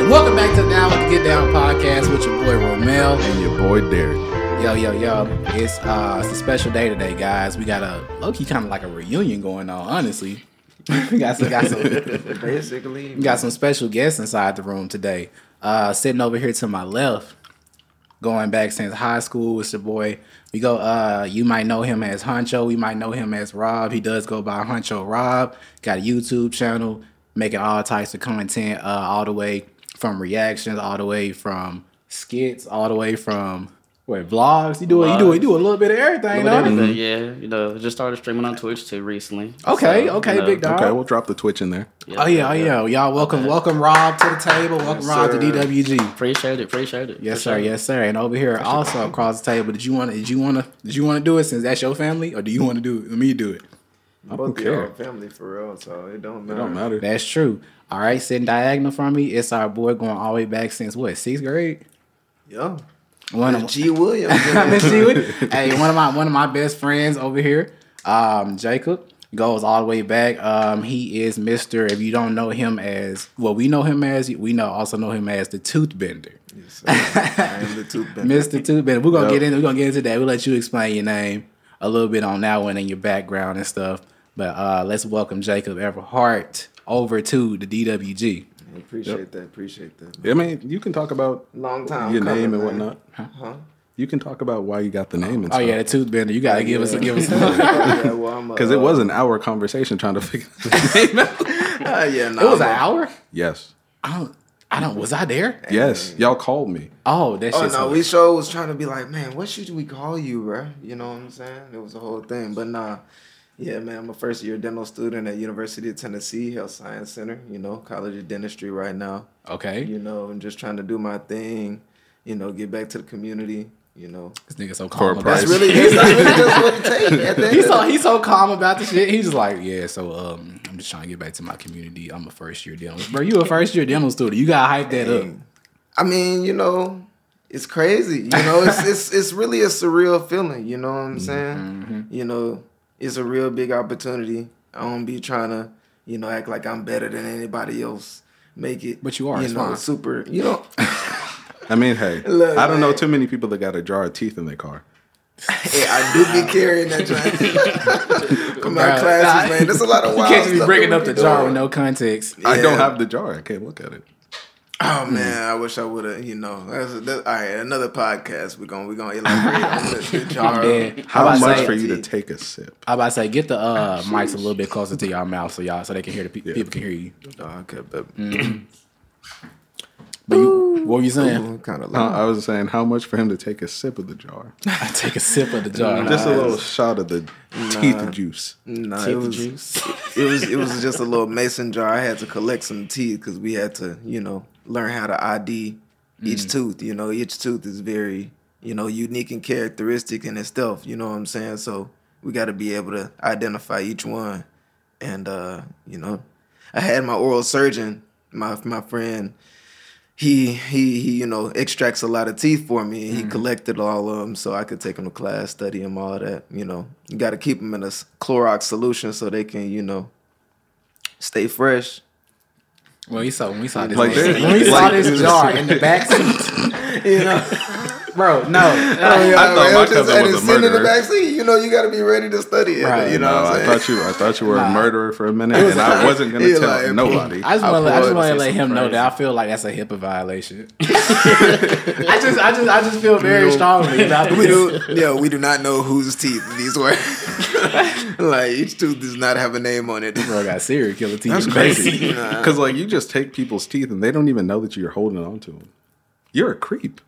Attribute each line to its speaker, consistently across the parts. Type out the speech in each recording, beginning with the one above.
Speaker 1: sitting down with the Get Down podcast with your boy Romel.
Speaker 2: And your boy Derek.
Speaker 1: Yo, yo, yo! It's uh, it's a special day today, guys. We got a low-key kind of like a reunion going on. Honestly, we got some, got some
Speaker 3: Basically,
Speaker 1: we got some special guests inside the room today. Uh, sitting over here to my left, going back since high school, it's your boy. We go. Uh, you might know him as Huncho. We might know him as Rob. He does go by Huncho Rob. Got a YouTube channel, making all types of content. Uh, all the way from reactions, all the way from skits, all the way from. Wait, vlogs? You do it. You do it. You do a little bit of everything,
Speaker 4: But
Speaker 1: don't you?
Speaker 4: everything, yeah, you know, just started streaming on Twitch too recently.
Speaker 1: Okay,
Speaker 4: So,
Speaker 1: okay,
Speaker 4: you know,
Speaker 1: big dog.
Speaker 2: Okay, we'll drop the Twitch in there.
Speaker 1: oh yeah, oh yeah, y'all welcome, welcome Rob to the table. Welcome Rob to
Speaker 3: sir.
Speaker 1: DWG.
Speaker 4: Appreciate it, appreciate it.
Speaker 1: Yes sir,
Speaker 4: appreciate
Speaker 1: yes sir. And over here also across the table. Did you want to? Did you want to? Did you want to do it since that's your family, or do you want to do it? Let me do it.
Speaker 3: both of
Speaker 2: care.
Speaker 3: y'all are family for real, so it
Speaker 2: It
Speaker 3: don't matter.
Speaker 2: don't matter.
Speaker 1: That's true. All right, sitting diagonal from me. It's our boy going all the way back since what sixth grade.
Speaker 3: Yo,
Speaker 1: One of
Speaker 3: G. Williams.
Speaker 1: Miss Shewood. Hey, one of my one of my best friends over here, um, Jacob, goes all the way back. Um, he is Mister. If you don't know him as well, we know him as we know also know him as the Tooth Bender.
Speaker 3: Yes, sir. I am the tooth bender.
Speaker 1: Mr. Toothbender. We're gonna
Speaker 2: Yep.
Speaker 1: get in. We're gonna get into that. We'll let you explain your name a little bit on that one and your background and stuff. But uh, let's welcome Jacob Everhart over to the DWG.
Speaker 3: I Appreciate that. Appreciate that.
Speaker 2: I mean, you can talk about
Speaker 3: Long time.
Speaker 2: your
Speaker 3: coming,
Speaker 2: name and
Speaker 3: man.
Speaker 2: whatnot.
Speaker 3: Huh?
Speaker 2: You can talk about why you got the name and
Speaker 1: Oh yeah, the Toothbender. You gotta give us a give us. A,
Speaker 3: yeah, well, I'm a-
Speaker 2: Because it was an hour conversation trying to figure the name out.
Speaker 3: Uh, yeah, nah,
Speaker 1: it was an
Speaker 3: I'm a-
Speaker 1: hour.
Speaker 2: Yes.
Speaker 1: I don't. I don't. Was I there?
Speaker 2: Yes. Y'all called me.
Speaker 1: Oh, that
Speaker 3: Oh
Speaker 1: shit's
Speaker 3: no, we sure was trying to be like, man, what should we call you, bruh? You know what I'm saying? It was a whole thing, but nah, yeah, man, I'm a first year dental student at University of Tennessee Health Science Center. You know, College of Dentistry right now.
Speaker 1: okay.
Speaker 3: You know, and just trying to do my thing. You know, get back to the community. You know,
Speaker 1: This nigga so calm.
Speaker 2: Corporate
Speaker 1: About
Speaker 2: price.
Speaker 3: that's
Speaker 1: this.
Speaker 3: really, that's really just what it takes. At the end
Speaker 1: He's
Speaker 3: of
Speaker 1: so he's so calm about the shit. He's just like, yeah. So um, I'm just trying to get back to my community. I'm a first year dental. Bro, you a first year dental student. You gotta hype that up.
Speaker 3: thing. I mean, you know, it's crazy. You know, it's it's it's really a surreal feeling. You know what I'm saying?
Speaker 1: Mm-hmm.
Speaker 3: You know, it's a real big opportunity. I don't be trying to, you know, act like I'm better than anybody else. Make it,
Speaker 1: But you are,
Speaker 3: You
Speaker 1: it's
Speaker 3: know,
Speaker 1: fine.
Speaker 3: super. You know,
Speaker 2: I mean, hey,
Speaker 3: Look,
Speaker 2: I don't know
Speaker 3: man.
Speaker 2: too many people that got a jar of teeth in their car.
Speaker 3: hey, I do be carrying that. joint For my
Speaker 1: Bruh,
Speaker 3: classes,
Speaker 1: nah.
Speaker 3: man. That's a lot of
Speaker 1: You
Speaker 3: wild
Speaker 1: can't just be
Speaker 3: stuff
Speaker 1: bringing
Speaker 3: that
Speaker 1: up
Speaker 3: we
Speaker 1: the
Speaker 3: be
Speaker 1: jar
Speaker 3: doing.
Speaker 1: with no context.
Speaker 2: I
Speaker 3: Yeah.
Speaker 2: don't have the jar. I can't look at it.
Speaker 3: Oh man, I wish I would have. You know, that's, that, all right. Another podcast. We're gonna we're gonna elaborate on the, the jar.
Speaker 1: dead. Uh, How
Speaker 2: How
Speaker 1: about
Speaker 2: much
Speaker 1: say-
Speaker 2: for you to take a sip?
Speaker 1: I about to say, get the uh, mics a little bit closer to your mouth so y'all so they can hear the pe- people can hear you.
Speaker 3: Oh, okay, but
Speaker 1: But you, what were you saying?
Speaker 3: kind of
Speaker 2: Uh,
Speaker 3: like
Speaker 2: I was saying, how much for him to take a sip of the jar?
Speaker 1: I take a sip of the jar. Uh,
Speaker 2: Just a little shot of the teeth juice.
Speaker 3: nah,
Speaker 1: Take
Speaker 3: it
Speaker 1: the
Speaker 3: was
Speaker 1: juice.
Speaker 3: it was it was just a little mason jar. I had to collect some teeth because we had to you know learn how to ID each tooth. You know, each tooth is very you know unique and characteristic in itself. You know what I'm saying? So we got to be able to identify each one, and uh, you know, I had my oral surgeon, my my friend. He he he, you know, extracts a lot of teeth for me.
Speaker 2: Mm.
Speaker 3: and He collected all of them so I could take them to class, study them, all that. You know, you got to keep them in a s- Clorox solution so they can, you know, stay fresh.
Speaker 1: Well, you saw when we saw this,
Speaker 2: Like
Speaker 1: when
Speaker 2: this?
Speaker 1: we saw
Speaker 2: Like
Speaker 1: this
Speaker 2: this?
Speaker 1: jar in the back seat,
Speaker 3: You know,
Speaker 1: bro.
Speaker 3: Oh,
Speaker 1: No,
Speaker 2: I thought my cousin was a
Speaker 3: in the
Speaker 2: murderer.
Speaker 3: back seat. You know, you got to be ready to study.
Speaker 1: Right.
Speaker 3: It, you know,
Speaker 2: No,
Speaker 3: what I'm
Speaker 2: I
Speaker 3: saying?
Speaker 2: thought you. I thought you were
Speaker 1: Nah.
Speaker 2: a murderer for a minute, and I wasn't gonna
Speaker 3: He
Speaker 2: tell
Speaker 3: like,
Speaker 2: nobody.
Speaker 1: I just want to I just want to let him know
Speaker 4: crazy.
Speaker 1: that I feel like that's a HIPAA violation. I just I just I just feel very strongly about
Speaker 3: we
Speaker 1: this.
Speaker 3: do, yeah, we do not know whose teeth these were. like each tooth does not have a name on it.
Speaker 1: Bro, I got serial killer teeth.
Speaker 2: That's
Speaker 1: in the back seat.
Speaker 2: crazy. Because like you just take people's teeth and they don't even know that you're holding on to them. You're a creep.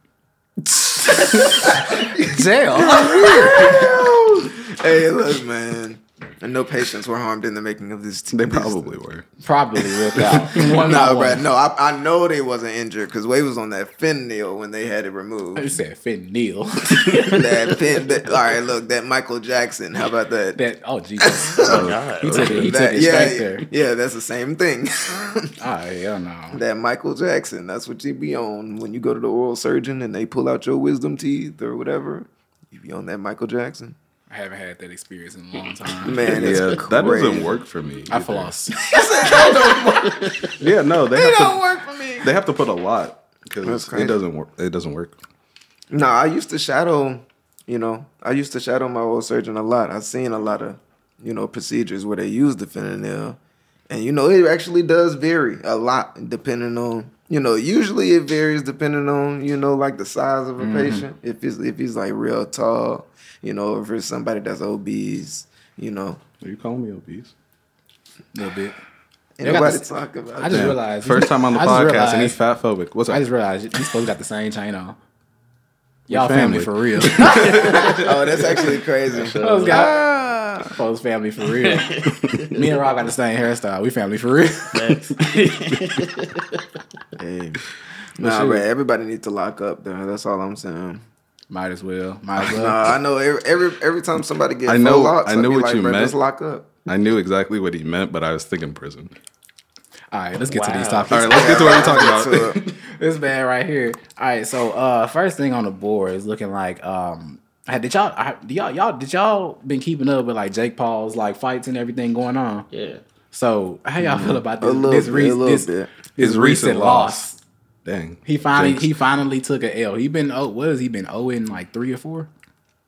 Speaker 1: Jail.
Speaker 3: hey, look, man. And no patients were harmed in the making of this.
Speaker 2: They
Speaker 3: this-
Speaker 2: probably were.
Speaker 1: Probably without one by
Speaker 3: No,
Speaker 1: one.
Speaker 3: bruh, no, I, I know they wasn't injured because Wade was on that fentanyl when they had it removed.
Speaker 1: You said fentanyl.
Speaker 3: that pen, that, all right, look, that Michael Jackson. How about that?
Speaker 1: that oh Jesus.
Speaker 4: it. God.
Speaker 1: He took it. He took
Speaker 3: That-
Speaker 1: it
Speaker 3: yeah,
Speaker 1: straight there.
Speaker 3: yeah, that's the same thing.
Speaker 1: Ah, hell no.
Speaker 3: that Michael Jackson. That's what you be on when you go to the oral surgeon and they pull out your wisdom teeth or whatever. You be on that Michael Jackson.
Speaker 1: I haven't had that experience in a long time.
Speaker 3: Man, it's
Speaker 2: yeah,
Speaker 3: crazy.
Speaker 2: that doesn't work for me.
Speaker 1: I
Speaker 2: either.
Speaker 1: floss.
Speaker 2: Yeah, no, they, have
Speaker 3: It don't
Speaker 2: to.
Speaker 3: work for me.
Speaker 2: They have to put a lot.
Speaker 3: That's
Speaker 2: because
Speaker 3: crazy.
Speaker 2: it doesn't work. It doesn't work.
Speaker 3: No, I used to shadow, you know, I used to shadow my old surgeon a lot. I've seen a lot of, you know, procedures where they use the fentanyl. And you know, it actually does vary a lot depending on, you know, usually it varies depending on, you know, like the size
Speaker 1: Mm-hmm.
Speaker 3: of a patient. If he's if he's like real tall, you know, if it's somebody that's obese, you know.
Speaker 2: Are you calling me obese?
Speaker 1: A little bit. got
Speaker 3: Anybody
Speaker 1: this-
Speaker 3: talk about
Speaker 1: I just
Speaker 3: that.
Speaker 1: realized
Speaker 2: First time on the
Speaker 1: I just
Speaker 2: podcast, and he's
Speaker 1: realized-
Speaker 2: fat phobic. What's up?
Speaker 1: I just realized these folks got the same chain on. Y'all
Speaker 2: family.
Speaker 1: family. for real.
Speaker 3: Oh, that's actually crazy.
Speaker 1: folks, got, folks family for real. Me and Rob got the same hairstyle. We family for real.
Speaker 4: Facts.
Speaker 3: hey. Nah,
Speaker 1: shoot.
Speaker 3: but everybody needs to lock up though. That's all I'm saying.
Speaker 1: Might as well. Might as well.
Speaker 3: No, I know every every, every time somebody gets
Speaker 2: I
Speaker 3: I
Speaker 2: know-
Speaker 3: locks,
Speaker 2: I
Speaker 3: I
Speaker 2: know
Speaker 3: know
Speaker 2: what
Speaker 3: like,
Speaker 2: you
Speaker 3: "Bruh,
Speaker 2: meant."
Speaker 3: Just lock up.
Speaker 2: I knew exactly what he meant, but I was thinking prison.
Speaker 1: All right, let's get to these
Speaker 4: Wow.
Speaker 1: topics.
Speaker 2: All right, let's get to what we're talking about.
Speaker 3: So,
Speaker 1: this man right here. All right, so uh first thing on the board is looking like um had- did y'all I- do y'all y'all did y'all been keeping up with like Jake Paul's like fights and everything going on?
Speaker 4: yeah.
Speaker 1: So how y'all feel about
Speaker 3: Mm-hmm. a
Speaker 1: this this,
Speaker 3: little bit,
Speaker 1: re-
Speaker 3: a little
Speaker 1: this,
Speaker 3: bit.
Speaker 1: his recent, loss.
Speaker 2: Dang.
Speaker 1: He finally
Speaker 2: Jinx.
Speaker 1: he finally took a L. He been oh what has he been owing like three or four?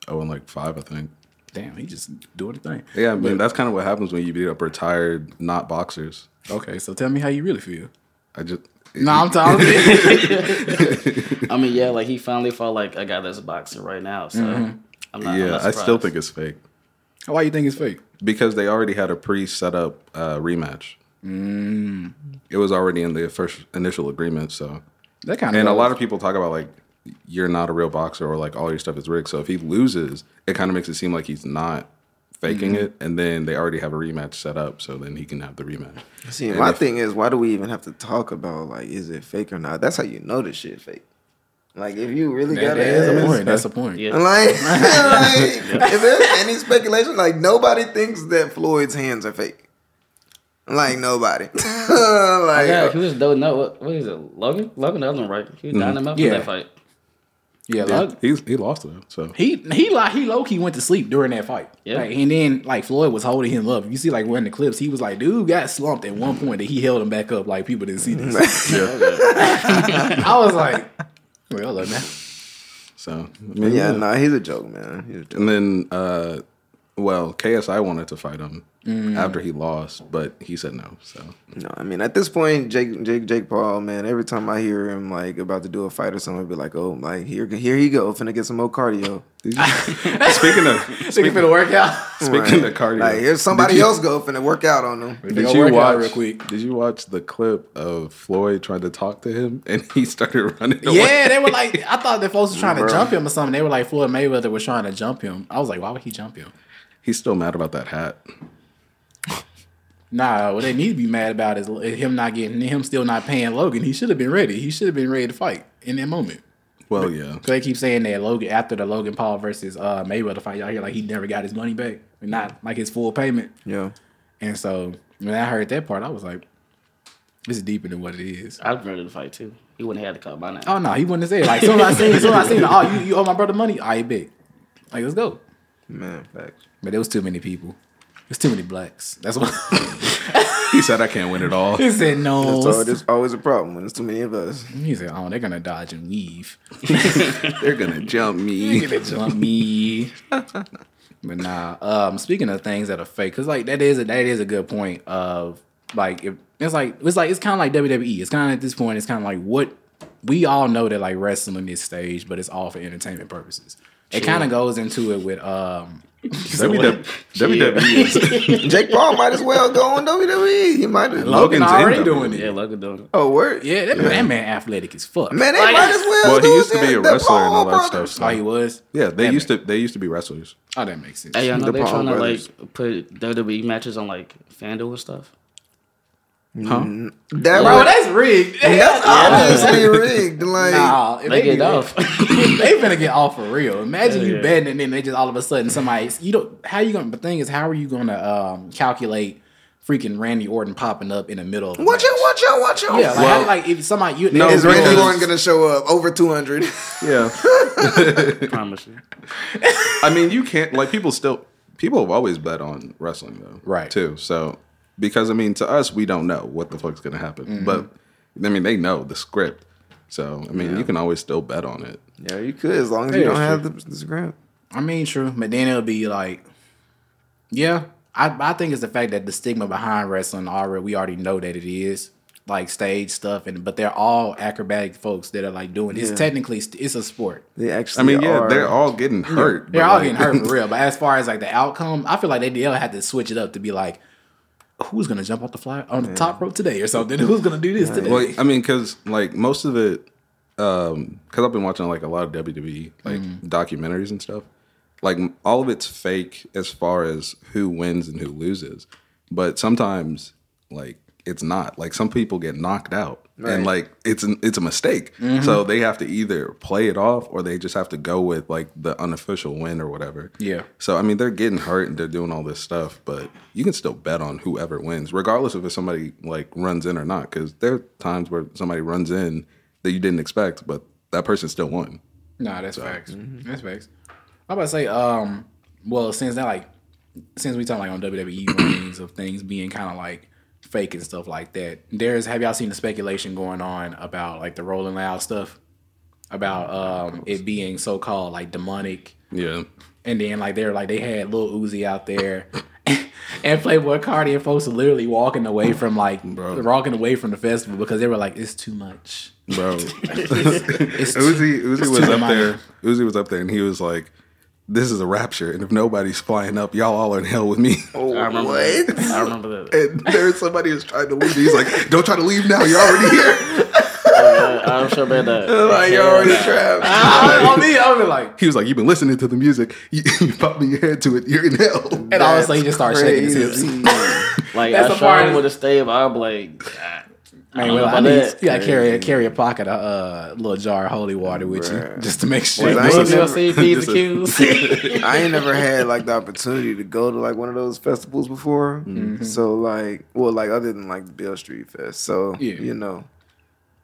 Speaker 2: Oh, and like five, I think.
Speaker 1: Damn, he just doing the thing.
Speaker 2: Yeah, I mean that's kind of what happens when you beat up retired not boxers.
Speaker 1: Okay, so tell me how you really feel.
Speaker 2: I just
Speaker 1: No, I'm talking.
Speaker 4: I mean, yeah, like he finally fought like a guy that's boxing right now. So
Speaker 1: Mm-hmm.
Speaker 4: I'm not. I'm
Speaker 2: yeah,
Speaker 4: not
Speaker 2: I still
Speaker 4: surprised.
Speaker 2: think it's fake
Speaker 1: Why you think it's fake?
Speaker 2: because they already had a pre-set up uh, rematch. It was already in the first initial agreement, so
Speaker 1: That kind of
Speaker 2: and a lot of people talk about like you're not a real boxer or like all your stuff is rigged. So if he loses, it kind of makes it seem like he's not faking it, and then they already have a rematch set up, so then he can have the rematch.
Speaker 3: See,
Speaker 2: And
Speaker 3: my
Speaker 2: if-
Speaker 3: thing is, why do we even have to talk about like, is it fake or not? That's how you know this shit fake. Like, if you really
Speaker 1: that,
Speaker 3: got
Speaker 1: that is a
Speaker 3: it,
Speaker 1: point. That's a point.
Speaker 4: Yeah.
Speaker 3: and like, like if there's any speculation, like nobody thinks that Floyd's hands are fake. Like uh, nobody. like,
Speaker 4: Yeah, he was doing that. What, what is it? Logan? Logan, the other one, right? He
Speaker 2: Mm-hmm.
Speaker 4: was dying him up
Speaker 1: Yeah.
Speaker 4: for that fight.
Speaker 1: yeah
Speaker 2: Yeah,
Speaker 1: like,
Speaker 2: he's, he lost though, so
Speaker 1: He he like he low key went to sleep during that fight.
Speaker 4: Yeah.
Speaker 1: Like, and then like Floyd was holding him up. You see like when the clips, he was like, dude got slumped at one point that he held him back up like people didn't see this.
Speaker 4: Oh,
Speaker 1: I was like, well look man.
Speaker 2: so I mean,
Speaker 3: yeah, nah, he's a joke, man. He's a joke.
Speaker 2: And then, uh, well, KSI wanted to fight him
Speaker 1: Mm.
Speaker 2: after he lost, but he said no. So
Speaker 3: No, I mean at this point, Jake, Jake, Jake Paul, man. Every time I hear him like about to do a fight or something, I'd be like, oh, like here, here he go, finna get some more cardio.
Speaker 2: speaking of
Speaker 1: Think for the workout.
Speaker 2: speaking of cardio,
Speaker 3: Like here's somebody else go finna work out on him.
Speaker 1: They
Speaker 2: did
Speaker 1: gonna
Speaker 2: you
Speaker 1: work it out
Speaker 2: watch?
Speaker 1: real quick.
Speaker 2: Did you watch the clip of Floyd trying to talk to him and he started running? away?
Speaker 1: Yeah, they were like I thought the folks were trying to
Speaker 3: Bruh.
Speaker 1: jump him or something. They were like Floyd Mayweather was trying to jump him. I was like, why would he jump him?
Speaker 2: he's still mad about that hat.
Speaker 1: Nah, what they need to be mad about is him not getting him still not paying Logan. He should have been ready. He should have been ready to fight in that moment.
Speaker 2: Well, yeah,
Speaker 1: So they keep saying that Logan after the Logan Paul versus uh, Mayweather fight, y'all hear like he never got his money back, not like his full payment.
Speaker 3: Yeah,
Speaker 1: And so when I heard that part, I was like, "This is deeper than what it is."
Speaker 4: I remember the fight too. He wouldn't have had to call my name.
Speaker 1: Oh no, he wouldn't have said like soon as I seen, soon as I seen, oh you, you owe my brother money, I bet. Like let's go.
Speaker 3: man, facts.
Speaker 1: But there was too many people. There's too many blacks. That's what
Speaker 2: he said I can't win it all.
Speaker 1: he said. No,
Speaker 3: That's all, there's always a problem when there's too many of us.
Speaker 1: he said, "Oh, they're gonna dodge and weave."
Speaker 2: They're gonna jump me.
Speaker 1: Give it to me. but nah. Um, speaking of things that are fake, cause like that is a that is a good point of like if it's like it's like it's kind of like WWE. It's kind of at this point. It's kind of like what we all know that like wrestling is staged, but it's all for entertainment purposes. It kind of goes into it with um.
Speaker 2: WW- WWE is
Speaker 3: Jake Paul might as well go on WWE. He might as well.
Speaker 1: Logan
Speaker 2: Logan's in
Speaker 1: already
Speaker 2: WWE.
Speaker 1: doing it.
Speaker 4: yeah, Logan doing
Speaker 3: Oh, word.
Speaker 1: Yeah, that, that man athletic as fuck.
Speaker 3: man, they
Speaker 4: Like-
Speaker 3: might as well.
Speaker 2: Well, he
Speaker 3: do
Speaker 2: used to
Speaker 3: that-
Speaker 2: be a
Speaker 3: that
Speaker 2: wrestler and all
Speaker 3: Paul
Speaker 2: that
Speaker 3: brother.
Speaker 2: stuff.
Speaker 1: Oh,
Speaker 2: So.
Speaker 1: he was.
Speaker 2: Yeah, they
Speaker 1: That
Speaker 2: used
Speaker 1: man-
Speaker 2: to they used to be wrestlers.
Speaker 1: Oh, that makes sense.
Speaker 4: Hey, y'all know
Speaker 3: The
Speaker 4: they're
Speaker 3: Paul
Speaker 4: trying to
Speaker 3: brothers.
Speaker 4: like put WWE matches on like FanDuel and stuff.
Speaker 2: Huh?
Speaker 3: That
Speaker 1: Bro,
Speaker 3: was-
Speaker 1: that's rigged.
Speaker 3: Oh, that's obviously rigged. Like,
Speaker 1: Nah, if
Speaker 4: They
Speaker 1: do
Speaker 4: get
Speaker 1: that-
Speaker 4: off.
Speaker 1: they finna get off for real. Imagine you
Speaker 4: Yeah.
Speaker 1: betting and then they just all of a sudden somebody you don't how you gonna the thing is how are you gonna um calculate freaking Randy Orton popping up in the middle of a
Speaker 3: watch
Speaker 1: match?
Speaker 3: it, watch it, watch it.
Speaker 1: Yeah, like, how, like if somebody you
Speaker 2: No,
Speaker 3: is Randy
Speaker 2: because-
Speaker 3: Orton gonna show up over two hundred?
Speaker 2: Yeah.
Speaker 4: promise you.
Speaker 2: I mean, you can't like people still people have always bet on wrestling though,
Speaker 1: Right.
Speaker 2: Too. So
Speaker 1: Mm-hmm.
Speaker 2: because I mean, to us, we don't know what the fuck's gonna happen, but I mean, they know the script. So I mean, you can always still bet on it.
Speaker 3: Yeah, you could as long as
Speaker 1: Yeah,
Speaker 3: you don't
Speaker 1: that's
Speaker 3: have the, the scrimp.
Speaker 1: I mean, true, but then it'll be like, yeah, I I think it's the fact that the stigma behind wrestling already we already know that it is like stage stuff, and but they're all acrobatic folks that are like doing. It's
Speaker 3: Yeah.
Speaker 1: technically st- it's a sport.
Speaker 3: They
Speaker 2: I
Speaker 3: actually.
Speaker 2: mean, yeah,
Speaker 3: are,
Speaker 2: they're all getting hurt. but,
Speaker 1: They're all
Speaker 2: like-
Speaker 1: getting hurt for real. But as far as like the outcome, I feel like they they'll have to switch it up to be like, who's gonna jump off the fly on the top rope today or something? Who's gonna do this today?
Speaker 2: Well, I mean, because like most of it, because I've been watching like a lot of WWE like documentaries and stuff. Like m- all of it's fake as far as who wins and who loses, but sometimes like it's not. Like some people get knocked out,
Speaker 3: Right.
Speaker 2: and like it's an, it's a mistake. So they have to either play it off or they just have to go with like the unofficial win or whatever.
Speaker 1: Yeah.
Speaker 2: So I mean, they're getting hurt and they're doing all this stuff, but you can still bet on whoever wins, regardless of if somebody like runs in or not. Because there are times where somebody runs in that you didn't expect, but that person still won.
Speaker 1: Nah, that's facts.
Speaker 2: mm-hmm.
Speaker 1: That's facts. I'm about to say, um, well, since that like, since we talking like on WWE rings of things being kind of like fake and stuff like that. There's have y'all seen the speculation going on about like the Rolling Loud stuff about um it being so called like demonic,
Speaker 2: Yeah.
Speaker 1: and then like they're like they had Lil Uzi out there. And Playboy Cardi and folks are literally walking away from like
Speaker 2: Bro.
Speaker 1: walking away from the festival because they were like, it's too much.
Speaker 2: bro. Uzi, Uzi was
Speaker 1: too
Speaker 2: up
Speaker 1: demonic.
Speaker 2: there. Uzi was up there, and he was like, "This is a rapture, and if nobody's flying up, y'all all are in hell with me."
Speaker 3: Oh,
Speaker 4: I remember
Speaker 3: what?
Speaker 4: that. I remember that.
Speaker 2: And there's somebody who's trying to leave. He's like, "Don't try to leave now. You're already here."
Speaker 4: Uh, I'm sure about that.
Speaker 3: like you're already trapped.
Speaker 1: I, I mean, I was like,
Speaker 2: He was like, "You've been listening to the music. You, you popped your head to it. You're in hell."
Speaker 1: and all of a sudden he just started shaking his hips.
Speaker 4: Like
Speaker 1: That's the
Speaker 4: I showed
Speaker 1: part-
Speaker 4: him with a stave. I'm like, God, I
Speaker 1: Man,
Speaker 4: don't
Speaker 1: well,
Speaker 4: know
Speaker 1: I
Speaker 4: about
Speaker 1: need
Speaker 4: that.
Speaker 1: you gotta carry carry a pocket of uh, little jar of holy water with you
Speaker 3: Bruh.
Speaker 1: just to make sure.
Speaker 3: I ain't
Speaker 4: What's
Speaker 3: never-
Speaker 4: your CPs
Speaker 2: Just a-
Speaker 4: and Qs?
Speaker 3: I ain't never had like the opportunity to go to like one of those festivals before.
Speaker 2: Mm-hmm.
Speaker 1: Mm-hmm.
Speaker 3: So like, well, like other than like the Bill Street Fest. So
Speaker 1: Yeah.
Speaker 3: you know.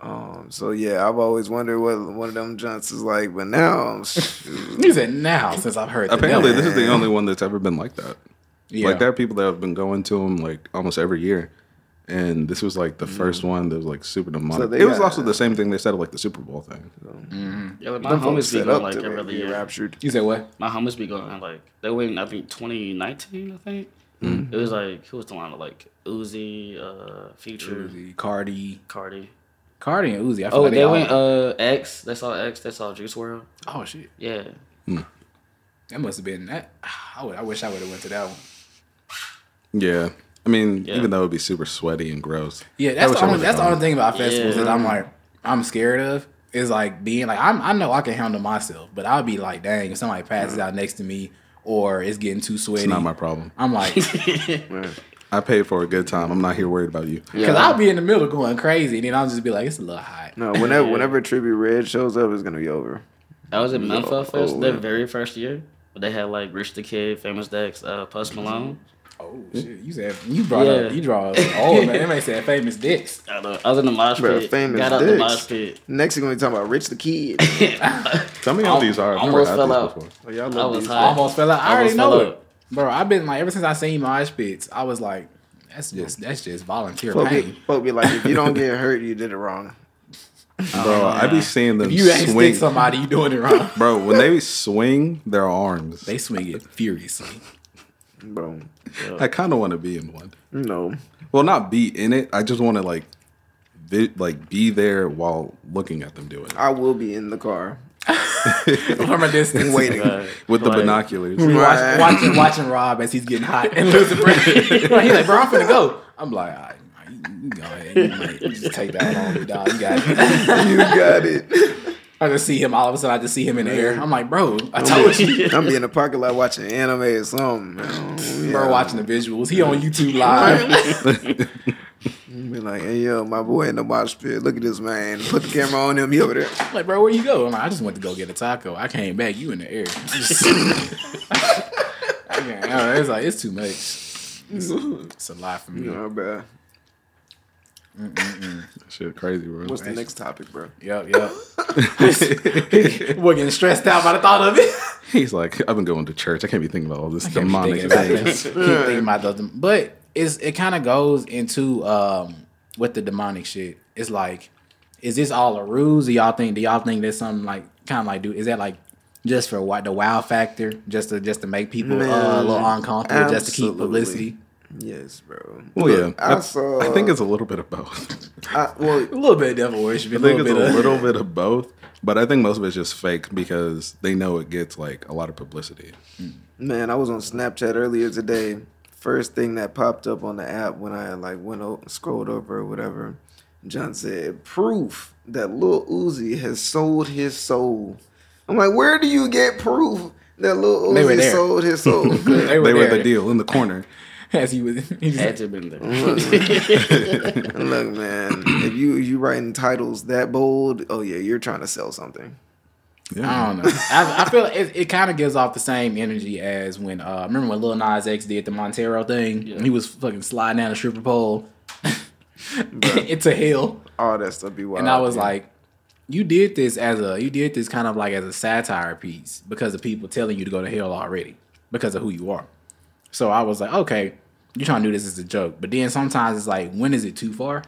Speaker 3: Um, so yeah, I've always wondered what one of them joints is like, but now shoot.
Speaker 1: He said now since I've heard that.
Speaker 2: Apparently,
Speaker 1: No.
Speaker 2: this is the only one that's ever been like that.
Speaker 1: yeah.
Speaker 2: Like there are people that have been going to them like almost every year, and this was like the first one that was like super demonic.
Speaker 3: So they
Speaker 2: it was
Speaker 3: got-
Speaker 2: also the same thing they said at, like the Super Bowl thing.
Speaker 4: Yeah, like, my
Speaker 3: them folks
Speaker 4: homies be
Speaker 3: set
Speaker 4: going
Speaker 3: up
Speaker 4: like
Speaker 3: to
Speaker 4: every
Speaker 3: be
Speaker 4: year.
Speaker 3: raptured.
Speaker 1: You said what?
Speaker 4: My homies be going like they went. I think 2019. I think
Speaker 3: Mm.
Speaker 4: it was like who was the line like Uzi, uh, Future,
Speaker 1: Uzi, Cardi,
Speaker 4: Cardi.
Speaker 1: Cardi and Uzi. I feel
Speaker 4: Oh,
Speaker 1: like
Speaker 4: they
Speaker 1: all-
Speaker 4: went uh X. They saw X. They saw Juice World.
Speaker 1: oh shit,
Speaker 4: Yeah.
Speaker 1: that must have been that. I, would, I wish I would have went to that one.
Speaker 2: Yeah, I mean,
Speaker 4: Yeah.
Speaker 2: even though it'd be super sweaty and gross.
Speaker 1: Yeah, that's
Speaker 2: wish
Speaker 1: the
Speaker 2: I
Speaker 1: only
Speaker 2: would've
Speaker 1: that's the
Speaker 2: gone.
Speaker 1: only thing about festivals
Speaker 4: Yeah.
Speaker 1: that I'm like I'm scared of is like being like I'm I know I can handle myself, but I'll be like, dang, if somebody passes out next to me or it's getting too sweaty,
Speaker 2: It's not my problem.
Speaker 1: I'm like.
Speaker 2: I paid for a good time. I'm not here worried about you.
Speaker 1: Because I'll be in the middle going crazy, and then I'll just be like, it's a little hot.
Speaker 3: No, whenever whenever Tribute Red shows up, it's gonna be over.
Speaker 4: I was at
Speaker 3: oh,
Speaker 4: Memphis Fest, their
Speaker 3: yeah.
Speaker 4: very first year. But they had like Rich the Kid, Famous Dex, uh, Post
Speaker 3: Mm-hmm.
Speaker 4: Malone.
Speaker 1: Oh, shit. You said, you brought
Speaker 4: Yeah.
Speaker 1: up, you draw up. Oh, man, they may say famous dicks.
Speaker 4: I don't- I was in the mosh
Speaker 3: Bruh,
Speaker 4: pit.
Speaker 3: Famous
Speaker 4: got out the
Speaker 3: Dex.
Speaker 4: mosh pit.
Speaker 3: Next thing we talking about Rich the Kid.
Speaker 2: Tell me how these are. I've never
Speaker 4: almost
Speaker 2: had
Speaker 4: fell
Speaker 2: these
Speaker 4: out.
Speaker 2: before.
Speaker 3: Oh, y'all
Speaker 4: I
Speaker 3: love
Speaker 4: was
Speaker 3: these.
Speaker 4: high.
Speaker 1: Almost fell out. I already
Speaker 4: Almost
Speaker 1: know
Speaker 4: fell
Speaker 1: it.
Speaker 4: out.
Speaker 1: Bro, I've been like, ever since I seen Mosh Pits, I was like, that's just, that's just volunteer
Speaker 3: Folk
Speaker 1: pain.
Speaker 3: be, folk be like, if you don't get hurt, you did it wrong.
Speaker 2: bro. I be seeing them
Speaker 1: If you ain't
Speaker 2: swing.
Speaker 1: stick somebody, you doing it wrong.
Speaker 2: Bro, when they swing their arms,
Speaker 1: they swing it furiously.
Speaker 3: Bro,
Speaker 2: I kind of want to be in one.
Speaker 3: you know.
Speaker 2: Well, not be in it. I just want to like, vi- like be there while looking at them do it
Speaker 3: I will be in the car.
Speaker 1: From a distance.
Speaker 3: Waiting.
Speaker 4: Uh,
Speaker 2: with the
Speaker 4: like,
Speaker 2: binoculars.
Speaker 1: We
Speaker 3: Right.
Speaker 1: watch, watching, watching Rob as he's getting hot and losing breath. He's like, bro, I'm finna go. I'm like, all right, you you go ahead. You, might- you just take that home, dog. You got it.
Speaker 3: You got it.
Speaker 1: I just see him. All of a sudden, I just see him in the air. I'm like, bro, I told you.
Speaker 3: I'm be in the parking lot watching anime or something. man. Oh, yeah.
Speaker 1: Bro, watching the visuals. He on YouTube live.
Speaker 3: Be like, hey yo, my boy in the watch pit. Look at this man. Put the camera on him. He over there.
Speaker 1: I'm like, bro, where you go? I'm like, I just went to go get a taco. I came back. You in the air. I can't. I was like, it's too much. It's, it's a lot for me.
Speaker 3: No, bro.
Speaker 2: Shit, crazy, bro.
Speaker 3: What's the next topic, bro?
Speaker 1: Yep, yep. We're getting stressed out by the thought of it.
Speaker 2: He's like, I've been going to church. I can't be thinking about all this
Speaker 1: Can't be
Speaker 2: demonic
Speaker 1: thinking about
Speaker 2: things.
Speaker 1: this. Can't think about those. But it's it kind of goes into um with the demonic shit. It's like Is this all a ruse? Do y'all think? Do y'all think there's something like kind of like do? Is that like just for what the wow factor? Just to just to make people uh, a little
Speaker 3: Man,
Speaker 1: uncomfortable, just to keep
Speaker 3: absolutely.
Speaker 1: publicity.
Speaker 3: Yes, bro.
Speaker 2: Well, yeah,
Speaker 3: Look,
Speaker 2: I,
Speaker 3: I saw.
Speaker 2: I think it's a little bit of both.
Speaker 3: I, well,
Speaker 1: A little bit of devil worship.
Speaker 2: I think it's a little bit of both, but I think most of it's just fake because they know it gets like a lot of publicity.
Speaker 3: Man, I was on Snapchat earlier today. First thing that popped up on the app when I like went o- scrolled over or whatever, John said proof that Lil Uzi has sold his soul. I'm like, where do you get proof that Lil
Speaker 1: They were
Speaker 3: Uzi
Speaker 1: there.
Speaker 3: sold his soul?
Speaker 1: They
Speaker 2: They
Speaker 1: were,
Speaker 2: were
Speaker 1: there
Speaker 2: the deal in the corner.
Speaker 1: as he was. He was
Speaker 4: Had
Speaker 1: like,
Speaker 4: to have been there.
Speaker 3: And Look, man, if you you writing titles that bold, oh yeah, you're trying to sell something.
Speaker 2: Yeah.
Speaker 1: I don't know. I, I feel it, it kind of gives off the same energy as when uh remember when Lil Nas X did the Montero thing.
Speaker 4: Yeah.
Speaker 1: He was fucking sliding down a stripper pole. it's a hill.
Speaker 3: All that stuff be wild.
Speaker 1: and I was
Speaker 3: yeah.
Speaker 1: like, "You did this as a you did this kind of like as a satire piece because of people telling you to go to hell already because of who you are." So I was like, "Okay, you're trying to do this as a joke," but then sometimes it's like, when is it too far?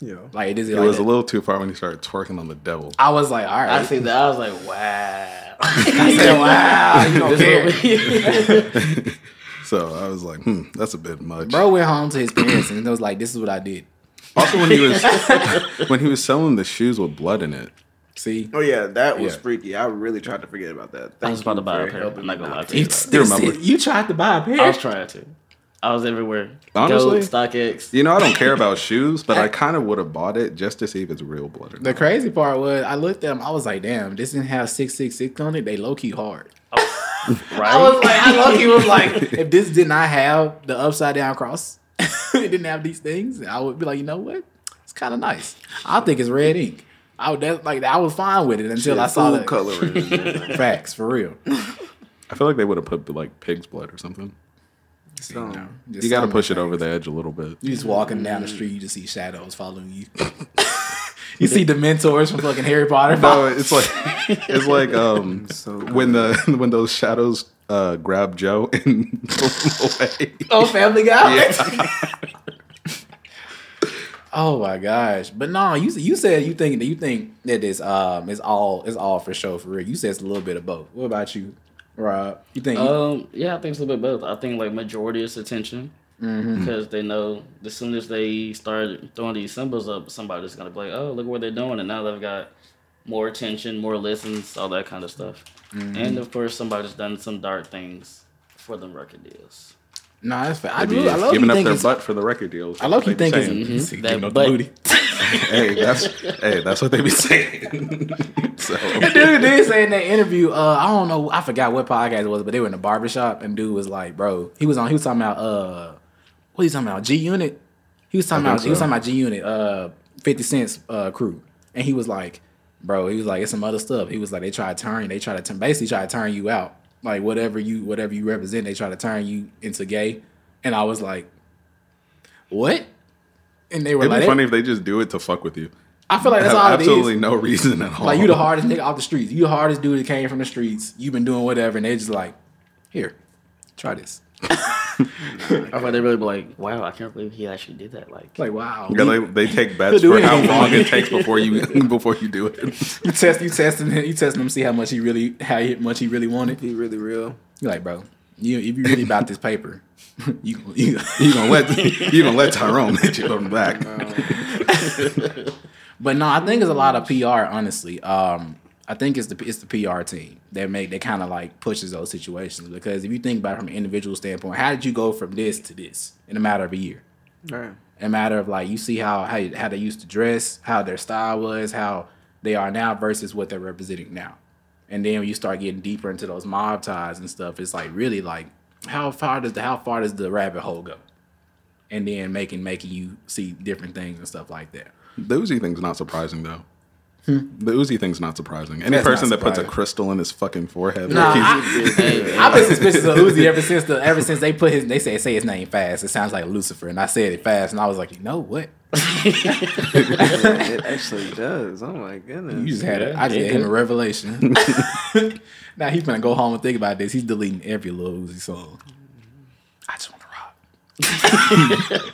Speaker 3: yeah.
Speaker 1: Like it is.
Speaker 2: It
Speaker 1: like
Speaker 2: was a
Speaker 1: that.
Speaker 2: little too far when he started twerking on the devil.
Speaker 1: I was like, "All right."
Speaker 4: I see that. I was like, wow.
Speaker 1: I said, "Wow, you don't
Speaker 4: This
Speaker 1: care."
Speaker 4: is what we-
Speaker 2: So I was like, hmm, that's a bit much.
Speaker 1: Bro went home to his parents and was like, "This is what I did."
Speaker 2: Also, when he was when he was selling the shoes with blood in it,
Speaker 1: See,
Speaker 3: Oh yeah, that was
Speaker 2: Yeah.
Speaker 3: freaky. I really tried to forget about that.
Speaker 4: I was
Speaker 3: Thank
Speaker 4: about
Speaker 3: you
Speaker 4: to buy
Speaker 3: for
Speaker 4: a pair.
Speaker 3: helping
Speaker 4: I'm not
Speaker 3: me
Speaker 4: gonna
Speaker 3: not
Speaker 4: lie to
Speaker 3: forget
Speaker 4: you.
Speaker 3: about
Speaker 1: it's,
Speaker 2: You
Speaker 1: this
Speaker 2: remember.
Speaker 1: is- you tried to buy a pair.
Speaker 4: I was trying to. I was everywhere.
Speaker 2: Honestly?
Speaker 4: Goat, StockX.
Speaker 2: you know, I don't care about shoes, but I kind of would have bought it just to see if it's real blood or
Speaker 1: the
Speaker 2: not.
Speaker 1: crazy part was, I looked at them. I was like, "Damn, this didn't have six six six on it. They low key hard."
Speaker 4: Right?
Speaker 1: I was like, I lucky was like, if this did not have the upside down cross, it didn't have these things, I would be like, you know what? It's kind of nice. I think it's red ink. I would that, like I was fine with it until I saw
Speaker 3: food
Speaker 1: the
Speaker 3: coloring.
Speaker 1: facts for real.
Speaker 2: I feel like they would have put like pig's blood or something.
Speaker 3: So,
Speaker 2: You got to push it over the edge a little bit.
Speaker 1: You just walking down the
Speaker 2: Mm.
Speaker 1: street, you just see shadows following you. you see the mentors from fucking Harry Potter.
Speaker 2: No, it's like it's like um
Speaker 3: So
Speaker 2: when the when those shadows uh grab Joe and pull him away.
Speaker 1: oh, Family Guy.
Speaker 2: Yeah.
Speaker 1: Oh my gosh! But no, you you said you think that you think that this um is all is all for show for real. You said it's a little bit of both. What about you, Rob? You think?
Speaker 2: Uh,
Speaker 4: Um, yeah, I think it's a little bit both. I think like majority is attention because they know as soon as they start throwing these symbols up, somebody's gonna be like, "Oh, look what they're doing!" And now they've got more attention, more listens, all that kind of stuff. And of course, somebody's done some dark things for them record deals.
Speaker 1: no, that's fair. I,
Speaker 2: Maybe
Speaker 1: do, I
Speaker 2: it's
Speaker 1: love you
Speaker 2: giving up
Speaker 1: think
Speaker 2: their
Speaker 1: it's.
Speaker 2: butt for the record deals.
Speaker 1: I love you
Speaker 2: They be
Speaker 1: think it's.
Speaker 2: saying,
Speaker 1: it's
Speaker 4: Mhm.
Speaker 1: giving
Speaker 4: That
Speaker 1: up the
Speaker 4: butt.
Speaker 1: booty.
Speaker 2: Hey, that's hey, that's what they be saying. so
Speaker 1: dude did say in that interview, uh, I don't know, I forgot what podcast it was, but they were in a barbershop and dude was like, bro, he was on, he was talking about, uh, what are you talking about, G Unit? He was talking
Speaker 2: I think
Speaker 1: about, he was
Speaker 2: so.
Speaker 1: talking about G Unit, uh, 50 Cent's uh, crew. And he was like, bro, he was like, it's some other stuff. He was like, they try to turn, they try to turn, basically try to turn you out. Like whatever you, whatever you represent, they try to turn you into gay. And I was like, what? And they were
Speaker 2: it'd
Speaker 1: like,
Speaker 2: be funny if they just do it to fuck with you.
Speaker 1: I feel like that's
Speaker 2: Have
Speaker 1: all it is.
Speaker 2: absolutely no reason at all.
Speaker 1: Like you the hardest nigga off the streets. You the hardest dude that came from the streets. You've been doing whatever, and they just like, here, try this.
Speaker 4: I thought they really be like, "Wow, I can't believe he actually did that!" Like,
Speaker 1: Like wow,
Speaker 2: Yeah, they, they take bets
Speaker 1: Do
Speaker 2: for
Speaker 1: it.
Speaker 2: how long it takes before you before you do it.
Speaker 1: you test, you testing, him- you testing him, see how much he really, how he- much he really wanted.
Speaker 3: be really real.
Speaker 1: You're like, bro, you if you really about this paper, you you.
Speaker 2: You gonna let you gonna let Tyrone hit you on the back.
Speaker 1: But no, I think it's a lot of PR. Honestly, um, I think it's the it's the PR team that make that kind of like pushes those situations because if you think about it from an individual standpoint, how did you go from this to this in a matter of a year?
Speaker 3: Right.
Speaker 1: a matter of like you see how how, how they used to dress, how their style was, how they are now versus what they're representing now. And then when you start getting deeper into those mob ties and stuff, it's like really like how far does the how far does the rabbit hole go? And then making making you see different things and stuff like that.
Speaker 2: The Uzi thing's not surprising though. The Uzi thing's not surprising. Any
Speaker 1: Hmm? That's
Speaker 2: person
Speaker 1: not
Speaker 2: that puts a
Speaker 1: surprising.
Speaker 2: crystal in his fucking forehead,
Speaker 1: No,
Speaker 2: like he's-
Speaker 1: I, have been suspicious of Uzi ever since the ever since they put his they say say his name fast. It sounds like Lucifer, and I said it fast, and I was like, you know what?
Speaker 3: it actually does. Oh my
Speaker 1: You
Speaker 3: goodness.
Speaker 1: just had a,
Speaker 4: Yeah,
Speaker 1: I just
Speaker 4: it
Speaker 1: had him
Speaker 4: did.
Speaker 1: a revelation. now he's gonna go home and think about this. He's deleting every little Uzi song. I just want to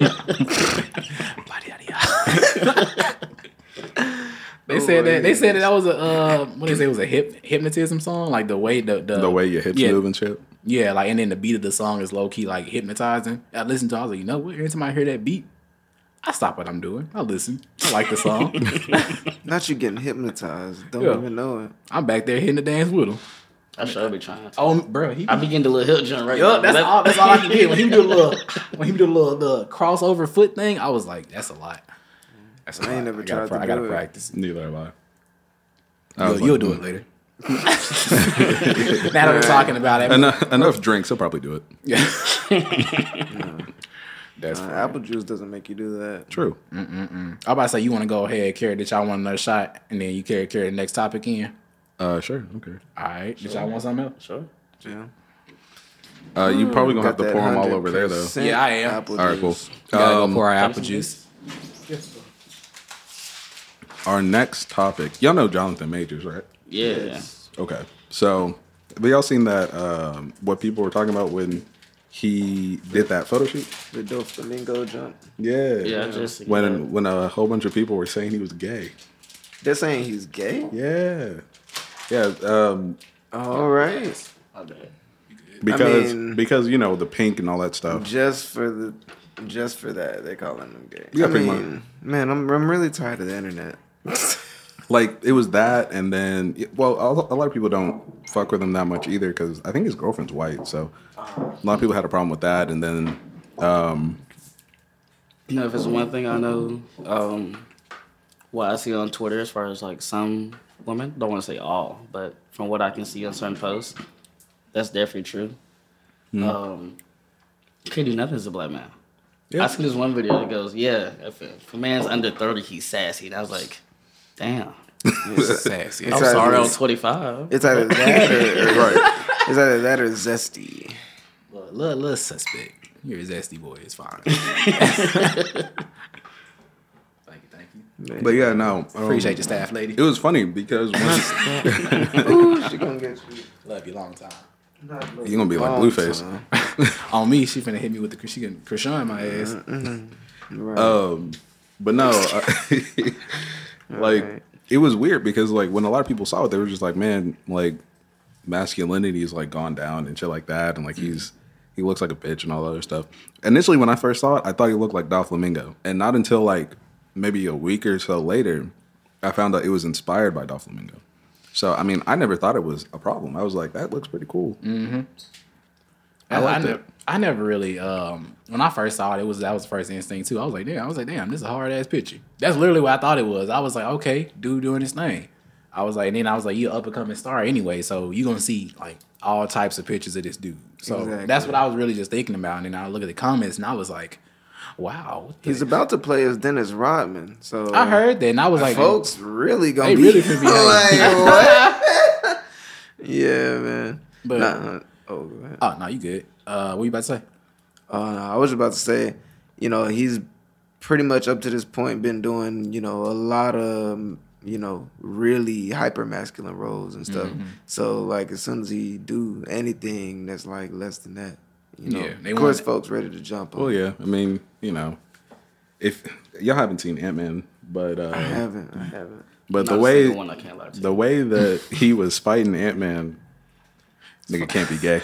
Speaker 1: rock. Blah, di, di, di. They said that they said that, that was a uh, what they say it was a hip, hypnotism song, like the way the the,
Speaker 2: The way your hips
Speaker 1: yeah,
Speaker 2: move and shit.
Speaker 1: Yeah, like and then the beat of the song is low key like hypnotizing. I listened to it, I was like, you know what? Every time I hear that beat, I stop what I'm doing. I listen. I like the song.
Speaker 3: Not you getting hypnotized. Don't
Speaker 1: Yeah.
Speaker 3: even know it.
Speaker 1: I'm back there hitting the dance with him.
Speaker 4: I should be trying. To.
Speaker 1: Oh, bro, he.
Speaker 4: I be getting the little hill jump right
Speaker 1: Yup,
Speaker 4: now.
Speaker 1: that's
Speaker 4: That-
Speaker 1: all. That's all I can get. When he do a little, when he do a little, the crossover foot thing, I was like, that's a lot. That's a
Speaker 3: I ain't never
Speaker 1: gotta
Speaker 3: tried
Speaker 1: pra-
Speaker 3: to
Speaker 1: I gotta
Speaker 3: do it.
Speaker 1: practice.
Speaker 2: Neither have I. I
Speaker 1: You'll,
Speaker 2: was
Speaker 1: you'll
Speaker 2: like,
Speaker 1: do it
Speaker 2: mm.
Speaker 1: later. now that we're talking about it,
Speaker 2: Enough, enough drinks. I'll probably do it.
Speaker 1: Yeah. That's
Speaker 3: Uh,
Speaker 1: funny.
Speaker 3: apple juice doesn't make you do that.
Speaker 2: True.
Speaker 1: I'm about to say you want to go ahead, carry that y'all want another shot, and then you carry carry the next topic in.
Speaker 2: Uh, sure. Okay.
Speaker 1: All right, did y'all want something else?
Speaker 4: Sure.
Speaker 3: Yeah.
Speaker 2: Uh, you probably gonna have
Speaker 3: Got
Speaker 2: to
Speaker 3: that
Speaker 2: pour them all over there though.
Speaker 3: 100%
Speaker 1: Yeah, I am.
Speaker 3: apple
Speaker 2: All right, cool.
Speaker 3: juice.
Speaker 1: You gotta go
Speaker 2: Um,
Speaker 1: pour our
Speaker 4: Have
Speaker 1: apple
Speaker 4: some
Speaker 1: juice.
Speaker 2: our next topic, y'all know Jonathan Majors, right?
Speaker 4: Yeah.
Speaker 2: Okay. So, have y'all seen that? Um, what people were talking about when he did that photo shoot?
Speaker 3: The dope flamingo jump.
Speaker 2: Yeah.
Speaker 4: Yeah, I just-
Speaker 2: when when a whole bunch of people were saying he was gay.
Speaker 3: They're saying he's gay.
Speaker 2: Yeah. Yeah. Um,
Speaker 3: All right.
Speaker 4: My bad.
Speaker 2: because
Speaker 3: mean-
Speaker 2: because you know the pink and all that stuff.
Speaker 3: Just for the, just for that, they calling him gay.
Speaker 2: Yeah,
Speaker 3: I
Speaker 2: pretty
Speaker 3: mean, man, I'm I'm really tired of the internet.
Speaker 2: Like it was that, and then well, a a lot of people don't fuck with him that much either because I think his girlfriend's white, so a lot of people had a problem with that, and then. Um,
Speaker 4: You know, if it's one thing I know, um, what I see on Twitter as far as like some women, don't want to say all, but from what I can see on certain posts, that's definitely true. Um, you can't do nothing as a black man.
Speaker 2: Yeah.
Speaker 4: I see this one video that goes, yeah, if, if a man's under 30, he's sassy. And I was like, damn.
Speaker 1: Sassy.
Speaker 3: It's
Speaker 1: I'm
Speaker 3: either-
Speaker 1: sorry.
Speaker 4: Or on
Speaker 1: I'll-
Speaker 4: 25.
Speaker 3: It's either that or,
Speaker 2: right.
Speaker 3: it's either that or zesty.
Speaker 1: Little, little, little suspect. You're a zesty boy. It's fine. thank you, thank you.
Speaker 2: But yeah, no. um,
Speaker 1: Appreciate the staff, lady.
Speaker 2: It was funny because when,
Speaker 3: Ooh, she gonna get you.
Speaker 1: Love you long time.
Speaker 2: you're gonna be like
Speaker 3: Long
Speaker 2: Blueface.
Speaker 3: time.
Speaker 1: On me, she finna hit me with the she gonna Krishan my ass.
Speaker 3: Right.
Speaker 2: Um, but no, I- like
Speaker 3: Alright.
Speaker 2: it was weird because like when a lot of people saw it, they were just like, man, like masculinity is like gone down and shit like that, and like
Speaker 3: Mm-hmm.
Speaker 2: he's he looks like a bitch and all that other stuff. Initially, when I first saw it, I thought he looked like Doflamingo, and not until like maybe a week or so later, I found out it was inspired by Doflamingo. So I mean, I never thought it was a problem. I was like, that looks pretty cool.
Speaker 3: Mm.
Speaker 2: I
Speaker 1: I,
Speaker 2: liked
Speaker 1: I,
Speaker 2: it.
Speaker 1: never, I never really um when I first saw it, it was that was the first instinct too. I was like, damn, I was like, damn, this is a hard ass picture. That's literally what I thought it was. I was like, okay, dude doing his thing. I was like, and then I was like, you up and coming star anyway, so you gonna see like all types of pictures of this dude. So that's
Speaker 3: Exactly.
Speaker 1: what I was really just thinking about. And then I look at the comments and I was like, wow, what the-
Speaker 3: He's about to play as Dennis Rodman. So
Speaker 1: I heard that and I was like,
Speaker 3: folks really gonna
Speaker 1: They
Speaker 3: be
Speaker 1: really could be
Speaker 3: like what? yeah, man.
Speaker 1: But-
Speaker 3: Nah, oh, go ahead.
Speaker 1: oh no, you good. Uh, what you about to say?
Speaker 3: Uh, I was about to say, you know, he's pretty much up to this point been doing, you know, a lot of, um, you know, really hyper masculine roles and stuff.
Speaker 1: Mm-hmm.
Speaker 3: So like, as soon as he do anything that's like less than that, you know,
Speaker 1: Yeah, they
Speaker 3: of course,
Speaker 1: want- Oh,
Speaker 3: folks ready to jump on.
Speaker 2: Well, yeah. I mean, you know, if y'all haven't seen Ant Man, but uh,
Speaker 3: I haven't, I haven't.
Speaker 2: but
Speaker 4: Not
Speaker 2: the
Speaker 4: a
Speaker 2: way
Speaker 4: single one I can't lie to.
Speaker 2: the way that he was fighting Ant Man, nigga can't be gay.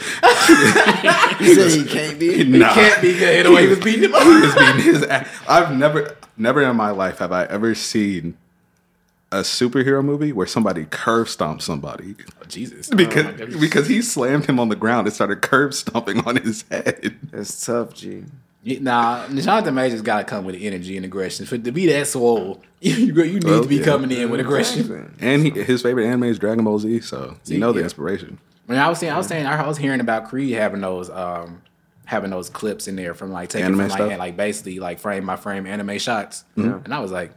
Speaker 3: He said he can't be.
Speaker 2: nah,
Speaker 1: be good. The way he was beating him up.
Speaker 2: he was beating his ass. I've never, never in my life have I ever seen a superhero movie where somebody curve stomps somebody
Speaker 1: Oh, Jesus.
Speaker 2: because because he slammed him on the ground and started curve stomping on his head.
Speaker 3: That's tough, G.
Speaker 1: Yeah, Nah, Jonathan Majors got to come with the energy and aggression. For to be that swole, you, you you need
Speaker 2: Well,
Speaker 3: Oh,
Speaker 1: to be
Speaker 2: yeah.
Speaker 1: coming in with aggression.
Speaker 3: Exactly.
Speaker 2: And he, his favorite anime is Dragon Ball Z, so you know the
Speaker 1: yeah.
Speaker 2: inspiration.
Speaker 1: When I was saying, I was saying, I was hearing about Creed having those, um, having those clips in there from like taking
Speaker 2: Anime
Speaker 1: from like,
Speaker 2: stuff?
Speaker 1: had, like basically like frame by frame anime shots, and I was like,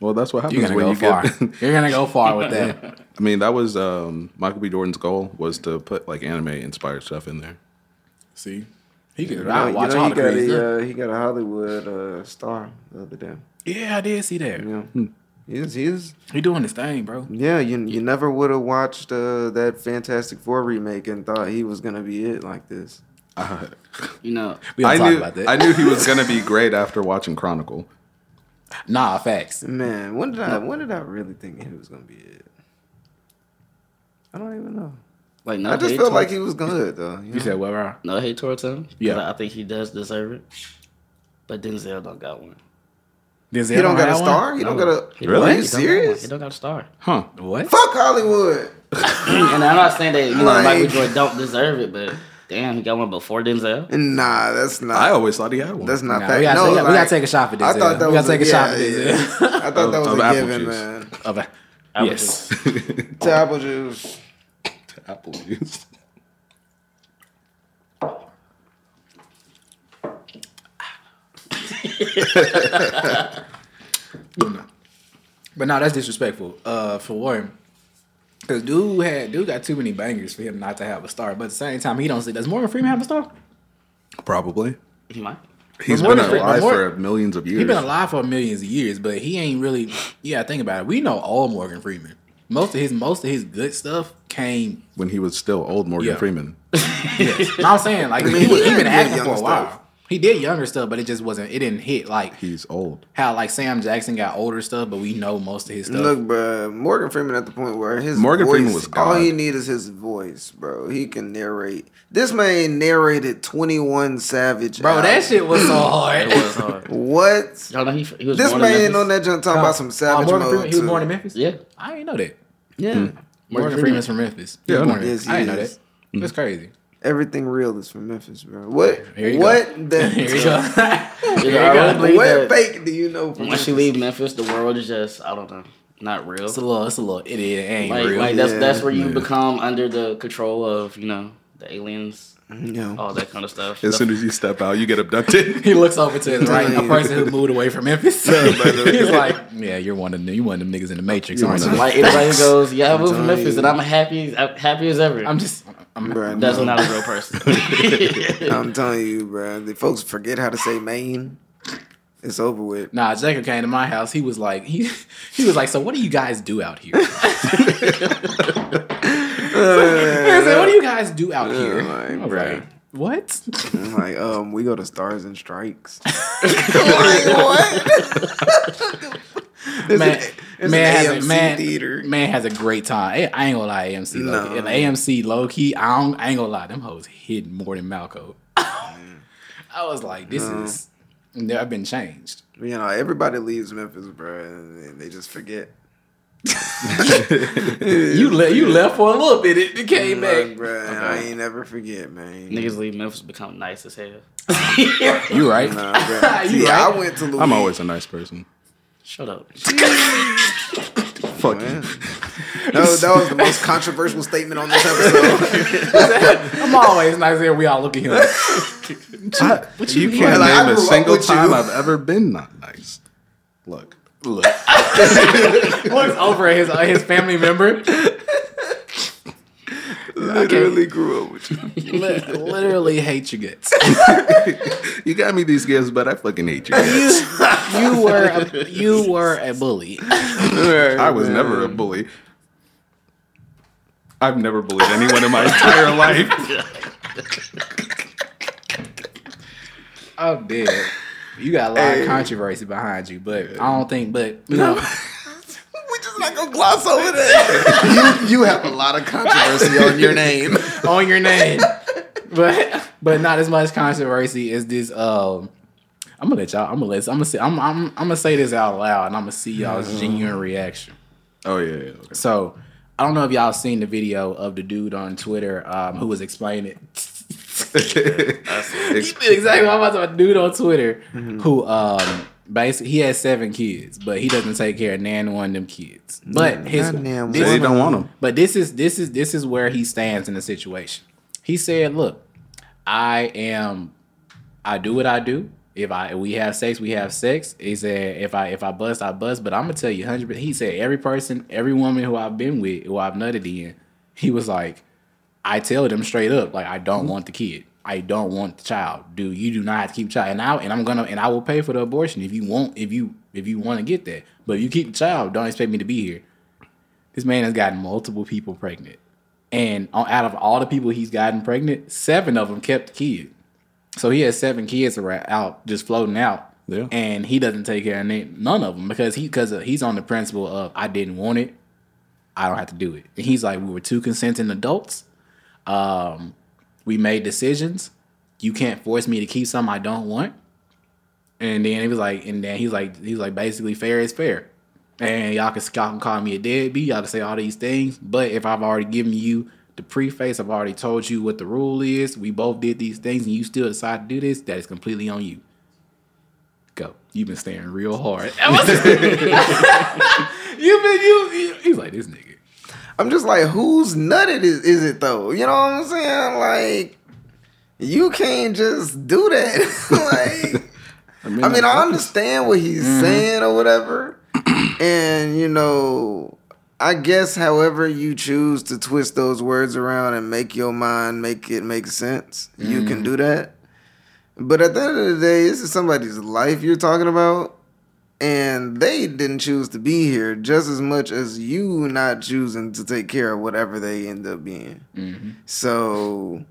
Speaker 2: Well, that's what happens
Speaker 1: you're gonna
Speaker 2: when
Speaker 1: go
Speaker 2: you
Speaker 1: far.
Speaker 2: get
Speaker 1: you're gonna go far with that.
Speaker 2: I mean, that was um, Michael B. Jordan's goal was to put like anime inspired stuff in there.
Speaker 1: See, he could.
Speaker 3: You know,
Speaker 1: I
Speaker 3: you
Speaker 1: watch
Speaker 3: know,
Speaker 1: all
Speaker 3: he
Speaker 1: the
Speaker 3: got
Speaker 1: Creeds. yeah.
Speaker 3: a, uh, he got a Hollywood uh, star the other day.
Speaker 1: I did see that.
Speaker 3: Yeah, he's he's
Speaker 1: He doing his thing, bro.
Speaker 3: Yeah, you you never would have watched uh, that Fantastic Four remake and thought he was gonna be it like this.
Speaker 4: you know,
Speaker 1: We don't
Speaker 2: I
Speaker 1: talk
Speaker 2: knew
Speaker 1: about that.
Speaker 2: I knew he was gonna be great after watching Chronicle.
Speaker 1: Nah, facts.
Speaker 3: Man, when did I when did I really think he was gonna be it? I don't even know.
Speaker 4: Like no,
Speaker 3: I just
Speaker 4: hate
Speaker 3: felt
Speaker 4: towards-
Speaker 3: like he was good though.
Speaker 1: You said what, bro?
Speaker 4: no hate towards him. 'cause
Speaker 1: Yeah.
Speaker 4: I- I think he does deserve it, but Denzel don't got one.
Speaker 3: he don't got a star. He don't
Speaker 4: No.
Speaker 3: got a.
Speaker 4: He
Speaker 2: Really?
Speaker 4: don't-
Speaker 3: Are you
Speaker 4: he don't got one.
Speaker 3: serious?
Speaker 4: He don't got a star.
Speaker 2: Huh.
Speaker 1: What?
Speaker 3: Fuck Hollywood.
Speaker 4: and I'm not saying that you know, Michael
Speaker 3: Like-
Speaker 4: Jordan don't deserve it, but damn, he got one before Denzel.
Speaker 3: Nah, that's not.
Speaker 2: I always thought he had one.
Speaker 3: that's not
Speaker 1: Nah,
Speaker 3: fact.
Speaker 1: we, gotta,
Speaker 3: no,
Speaker 1: we, gotta, we
Speaker 3: like,
Speaker 1: gotta take a shot for this.
Speaker 3: I thought that
Speaker 1: we gotta
Speaker 3: was
Speaker 1: take a
Speaker 3: yeah,
Speaker 1: shot for this.
Speaker 3: yeah. I thought that
Speaker 2: Of-
Speaker 3: was
Speaker 2: of
Speaker 3: a
Speaker 2: apple
Speaker 3: given,
Speaker 2: juice.
Speaker 3: man.
Speaker 1: Of a-
Speaker 4: Apple
Speaker 1: yes.
Speaker 3: To apple juice.
Speaker 2: apple juice.
Speaker 1: But no, that's disrespectful. Uh, for Warren, because dude had dude got too many bangers for him not to have a star. But at the same time, he don't see. Does Morgan Freeman have a star?
Speaker 2: Probably.
Speaker 4: He might.
Speaker 2: He's
Speaker 1: But
Speaker 2: been
Speaker 1: Morgan Fre-
Speaker 2: alive
Speaker 1: but
Speaker 2: for
Speaker 1: Mor-
Speaker 2: millions of years.
Speaker 1: He's been alive for millions of years, but he ain't really. Yeah, think about it. We know all Morgan Freeman. Most of his most of his good stuff came.
Speaker 2: when he was still old Morgan
Speaker 1: Yeah.
Speaker 2: Freeman.
Speaker 1: Yes. No, I'm saying like
Speaker 3: mean,
Speaker 1: he, was, he
Speaker 3: he
Speaker 1: been
Speaker 3: did
Speaker 1: acting for
Speaker 3: younger
Speaker 1: a while.
Speaker 3: stuff.
Speaker 1: He did younger stuff, but it just wasn't. It didn't hit like
Speaker 2: He's old.
Speaker 1: how like Sam Jackson got older stuff, but we know most of his stuff.
Speaker 3: Look, bro, Morgan Freeman at the point where his
Speaker 2: Morgan
Speaker 3: voice,
Speaker 2: Freeman was
Speaker 3: all
Speaker 2: God.
Speaker 3: he need is his voice, bro. He can narrate. This man narrated Twenty One Savage,
Speaker 1: Bro, that
Speaker 3: album.
Speaker 1: shit was so hard.
Speaker 4: It was hard.
Speaker 3: What?
Speaker 4: Y'all know he, he was
Speaker 3: This
Speaker 4: born in
Speaker 3: man
Speaker 4: Memphis.
Speaker 3: on that junk talking about some savage
Speaker 1: Uh, Morgan
Speaker 3: mode.
Speaker 1: Freeman, he was
Speaker 3: too.
Speaker 1: born in Memphis.
Speaker 4: Yeah,
Speaker 1: I didn't know that.
Speaker 4: yeah.
Speaker 1: Morgan, Freeman's from Memphis. He was
Speaker 2: Yeah.
Speaker 1: born in Memphis.
Speaker 3: Yes, he
Speaker 1: I didn't know
Speaker 3: is.
Speaker 1: that. Mm. That's crazy.
Speaker 3: Everything real is from Memphis, bro. What?
Speaker 1: Here you
Speaker 3: What?
Speaker 1: go.
Speaker 3: The,
Speaker 1: Here you go. Here
Speaker 4: You know,
Speaker 1: you
Speaker 4: I
Speaker 1: go.
Speaker 4: really believe
Speaker 3: what
Speaker 4: that
Speaker 3: fake do you know from
Speaker 4: once you
Speaker 3: Memphis?
Speaker 4: leave Memphis, the world is just I don't know, not real.
Speaker 1: It's a little, it's a little idiot. It ain't
Speaker 4: Like,
Speaker 1: real.
Speaker 4: like that's
Speaker 3: Yeah.
Speaker 4: that's where you
Speaker 2: Yeah.
Speaker 4: become under the control of you know the aliens,
Speaker 3: No.
Speaker 4: all that kind of stuff.
Speaker 2: As soon as you step out, you get abducted.
Speaker 1: he looks over to his right, a
Speaker 3: Damn.
Speaker 1: person who moved away from Memphis. He's like, "Yeah, you're one of them, you one of them niggas in the Matrix,
Speaker 2: You
Speaker 1: aren't
Speaker 2: one
Speaker 1: you?"
Speaker 2: of
Speaker 4: like everybody who goes, yeah, I moved from
Speaker 3: telling
Speaker 4: Memphis,
Speaker 3: you.
Speaker 4: and I'm happy, I'm happy as ever.
Speaker 1: I'm just, I'm,
Speaker 3: Bro,
Speaker 4: that's
Speaker 3: no.
Speaker 4: not a real person.
Speaker 3: I'm telling you, bro. The folks forget how to say Maine. It's over with.
Speaker 1: nah. Jacob came to my house. He was like, he, he was like, so what do you guys do out here? He said, what do you guys do out
Speaker 3: oh
Speaker 1: here?
Speaker 3: like,
Speaker 1: I was
Speaker 3: bruh.
Speaker 1: like, what?
Speaker 3: I'm like, um, we go to Stars and Strikes.
Speaker 1: man,
Speaker 3: it's
Speaker 1: man,
Speaker 3: an
Speaker 1: has a,
Speaker 3: AMC
Speaker 1: man,
Speaker 3: theater.
Speaker 1: man has a great time. I, I ain't gonna lie, AMC. Low key.
Speaker 3: No.
Speaker 1: If AMC low key, I, don't, I ain't gonna lie, them hoes hidden more than Malco. I was like, this is. they- I've been changed.
Speaker 3: You know, everybody leaves Memphis, bro, and they just forget.
Speaker 1: You le- you left for a little bit, it, it came
Speaker 3: Like,
Speaker 1: back.
Speaker 3: bro, I ain't never forget, man.
Speaker 4: Niggas leave Memphis become nice as hell.
Speaker 1: You right?
Speaker 3: Nah, bro.
Speaker 1: You
Speaker 3: See, I
Speaker 1: right.
Speaker 3: went to Louis.
Speaker 2: I'm always a nice person.
Speaker 4: Shut up.
Speaker 2: Fuck
Speaker 3: Man.
Speaker 2: you.
Speaker 3: No, that was the most controversial statement on this episode.
Speaker 1: I'm always nice here. We all look at him.
Speaker 2: I- you,
Speaker 3: mean?
Speaker 2: can't
Speaker 3: Like,
Speaker 2: name
Speaker 3: I grew
Speaker 2: a
Speaker 3: up
Speaker 2: single
Speaker 3: with you.
Speaker 2: time I've ever been not nice. Look,
Speaker 1: Look. Looks over at his uh, his family member.
Speaker 2: literally grew up with you.
Speaker 1: Li- literally hate your guts.
Speaker 2: You got me these gifts, but I fucking hate you. guys.
Speaker 1: You were a, you were a bully.
Speaker 2: I was never a bully. I've never bullied anyone in my entire life.
Speaker 1: I'm Oh, dead. You got a lot of controversy behind you, but I don't think. But you know,
Speaker 3: we just not gonna gloss over that. you, you have a lot of controversy on your name.
Speaker 1: on your name, but but not as much controversy as this. Um, I'm gonna let y'all. I'm gonna let. I'm gonna say. I'm I'm I'm gonna say this out loud, and I'm gonna see y'all's genuine reaction.
Speaker 2: Oh yeah, yeah, okay.
Speaker 1: So I don't know if y'all seen the video of the dude on Twitter um, who was explaining. He
Speaker 2: Ex-
Speaker 1: did exactly what I'm about to dude on Twitter who um basically he has seven kids, but he doesn't take care of nan one of them kids. But his
Speaker 3: not nan
Speaker 1: this-
Speaker 2: they don't want him.
Speaker 1: but this is this is this is where he stands in the situation. He said, "Look, I am, I do what I do. If I if we have sex, we have sex. He said, if I if I bust, I bust. But I'm gonna tell you, hundred. He said, every person, every woman who I've been with, who I've nutted in, he was like, I tell them straight up, like I don't want the kid. I don't want the child. Dude, you do not have to keep the child. And I and I'm gonna and I will pay for the abortion if you want if you if you want to get that. But if you keep the child, don't expect me to be here. This man has gotten multiple people pregnant. And on, out of all the people he's gotten pregnant, seven of them kept the kid. So he has seven kids around, out just floating out
Speaker 2: Yeah.
Speaker 1: and he doesn't take care of na- none of them because he because he's on the principle of I didn't want it, I don't have to do it. And he's like, we were two consenting adults, um, we made decisions. You can't force me to keep something I don't want. And then he was like, and then he's like, he's like, basically fair is fair. And y'all can, y'all can call me a deadbeat. Y'all can say all these things. But if I've already given you the preface, I've already told you what the rule is. We both did these things, and you still decide to do this. That is completely on you. Go. You've been staring real hard. You've been you, you. He's like this nigga.
Speaker 3: I'm just like, who's nutted is, is it though? You know what I'm saying? Like, you can't just do that. like, I mean, I understand what he's saying or whatever. and, you know, I guess however you choose to twist those words around and make your mind make it make sense, you can do that. But at the end of the day, this is somebody's life you're talking about. And they didn't choose to be here just as much as you not choosing to take care of whatever they end up being.
Speaker 1: Mm-hmm.
Speaker 3: So,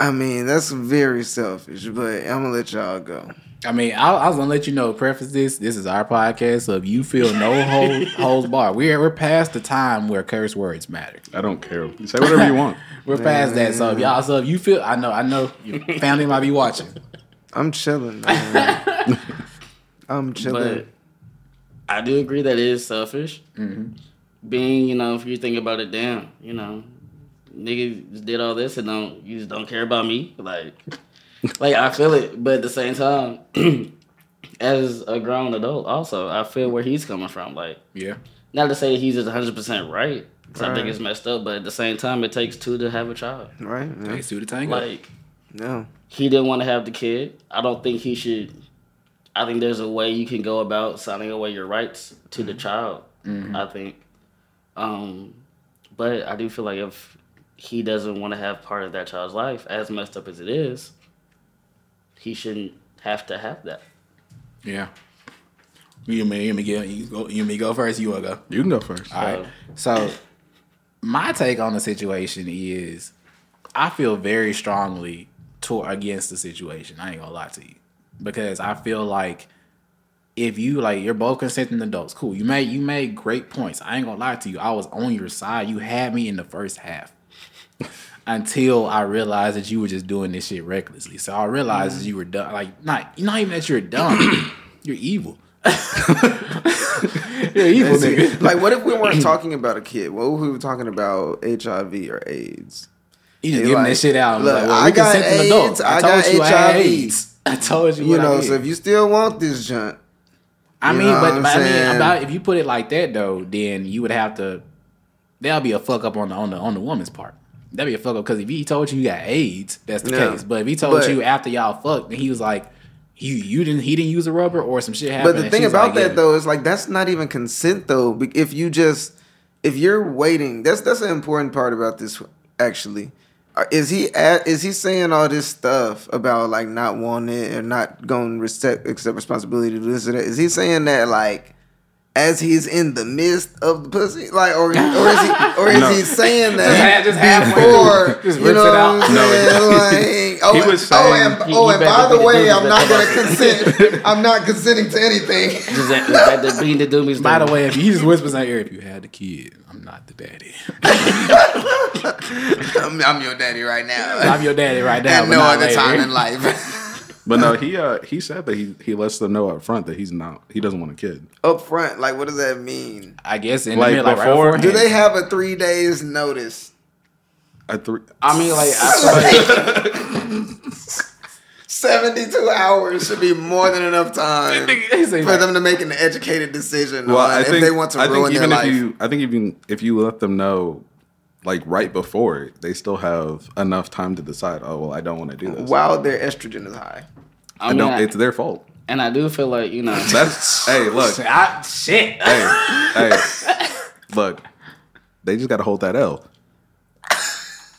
Speaker 3: I mean, that's very selfish, but I'm gonna let y'all go.
Speaker 1: I mean, I, I was gonna let you know. Preface this: this is our podcast, so if you feel no hold, holds bar, we're we're past the time where curse words matter.
Speaker 2: I don't care. Say whatever you want.
Speaker 1: We're past that. So if y'all, so if you feel, I know, I know, your family might be watching.
Speaker 3: I'm chilling. man. I'm
Speaker 4: But
Speaker 3: chilling.
Speaker 4: I do agree that it is selfish. Mm-hmm. Being, you know, if you think about it, damn, you know, niggas did all this and don't you just don't care about me. Like, like I feel it, but at the same time, as a grown adult, also I feel where he's coming from. Like,
Speaker 1: Yeah,
Speaker 4: not to say he's just 100 percent right. 'cause I
Speaker 3: Right.
Speaker 4: think it's messed up, but at the same time, it takes two to have a child.
Speaker 3: right? Yeah.
Speaker 1: they sue the tango.
Speaker 4: Like,
Speaker 3: No.
Speaker 4: he didn't want to have the kid. I don't think he should. I think there's a way you can go about signing away your rights to the child. I think, um, but I do feel like if he doesn't want to have part of that child's life, as messed up as it is, he shouldn't have to have that.
Speaker 1: yeah. You may, you may get, you go, you may go first. You wanna go?
Speaker 2: You can go first.
Speaker 1: All right. So, my take on the situation is, I feel very strongly toward against the situation. I ain't gonna lie to you because I feel like if you like you're both consenting adults, cool. You made you made great points. I ain't gonna lie to you. I was on your side. You had me in the first half. Until I realized that you were just doing this shit recklessly. So I realized that you were dumb. Like, not not even that you're dumb. you're evil. you're evil, nigga.
Speaker 3: like, what if we weren't talking about a kid? What if we were talking about HIV or AIDS?
Speaker 1: You just
Speaker 3: They
Speaker 1: giving
Speaker 3: like,
Speaker 1: that shit out.
Speaker 3: "Look,
Speaker 1: like, well,
Speaker 3: I
Speaker 1: we can
Speaker 3: got
Speaker 1: send them adults.
Speaker 3: AIDS, I
Speaker 1: I,
Speaker 3: got
Speaker 1: told you I had
Speaker 3: HIV.
Speaker 1: AIDS. I told you,
Speaker 3: You know,
Speaker 1: I
Speaker 3: so if you still want this junk,
Speaker 1: I
Speaker 3: you
Speaker 1: mean,
Speaker 3: know what
Speaker 1: but,
Speaker 3: I'm
Speaker 1: but I mean,
Speaker 3: saying?
Speaker 1: about, if you put it like that though, then you would have to. That'll be a fuck up on the on the on the woman's part. That'd be a fuck up because if he told you you got AIDS, that's the
Speaker 3: Yeah.
Speaker 1: case. But if he told
Speaker 3: But-
Speaker 1: you after y'all fucked, and he was like, you you didn't he didn't use a rubber or some shit happened.
Speaker 3: But the
Speaker 1: and
Speaker 3: thing
Speaker 1: she's
Speaker 3: about
Speaker 1: like,
Speaker 3: that
Speaker 1: yeah.
Speaker 3: though is like that's not even consent though. Be- If you just if you're waiting, that's that's an important part about this actually. Uh, Is he at, is he saying all this stuff about like not wanting it or not going to accept, accept responsibility to this or that? Is he saying that like as he's in the midst of the pussy, like or or is he or is
Speaker 2: No.
Speaker 3: he saying
Speaker 1: Just half-
Speaker 3: that
Speaker 1: just halfway
Speaker 3: before
Speaker 1: through. Just
Speaker 3: you
Speaker 1: rips
Speaker 3: know
Speaker 1: it
Speaker 3: what
Speaker 1: out.
Speaker 3: I'm
Speaker 2: No,
Speaker 3: saying? Like, oh,
Speaker 2: he was
Speaker 3: oh,
Speaker 2: saying-
Speaker 3: and,
Speaker 4: He-
Speaker 3: oh,
Speaker 4: he
Speaker 3: and
Speaker 4: backed
Speaker 3: by
Speaker 4: up
Speaker 3: the
Speaker 4: with the
Speaker 3: way,
Speaker 4: dudes
Speaker 3: I'm
Speaker 4: that
Speaker 3: not
Speaker 4: come
Speaker 3: gonna
Speaker 4: up.
Speaker 3: consent. I'm not consenting to anything.
Speaker 4: Is that, is that the being the doomies?
Speaker 1: By the
Speaker 4: thing?
Speaker 1: way, if he just whispers in your ear, if you had the kid, I'm not the daddy.
Speaker 3: I'm, I'm your daddy right now.
Speaker 1: I'm your daddy right now.
Speaker 3: At
Speaker 1: but
Speaker 3: no
Speaker 1: not
Speaker 3: other
Speaker 1: later.
Speaker 3: time in life.
Speaker 2: But no, he uh he said that he he lets them know up front that he's not he doesn't want a kid.
Speaker 3: Up front, like what does that mean?
Speaker 1: I guess in
Speaker 2: Like,
Speaker 1: the middle, like
Speaker 2: before-
Speaker 1: right
Speaker 3: Do
Speaker 1: beforehand.
Speaker 3: they have a three days notice?
Speaker 2: I threw
Speaker 1: I mean, like I,
Speaker 3: Seventy-two hours should be more than enough time
Speaker 1: He say,
Speaker 3: for
Speaker 1: like-
Speaker 3: them to make an educated decision
Speaker 2: well,
Speaker 3: on
Speaker 2: I think
Speaker 3: Uh, if they want to
Speaker 2: I think
Speaker 3: ruin their
Speaker 2: even if
Speaker 3: life.
Speaker 2: you I think even if you let them know like right before it, they still have enough time to decide. Oh well, I don't want to do this.
Speaker 3: While their estrogen is high,
Speaker 4: I
Speaker 2: I
Speaker 4: mean,
Speaker 2: don't.
Speaker 4: I-
Speaker 2: It's their fault.
Speaker 4: and I do feel like you know,
Speaker 2: That's hey look hey
Speaker 1: I, "Ah, shit.
Speaker 2: hey look. They just got to hold that L.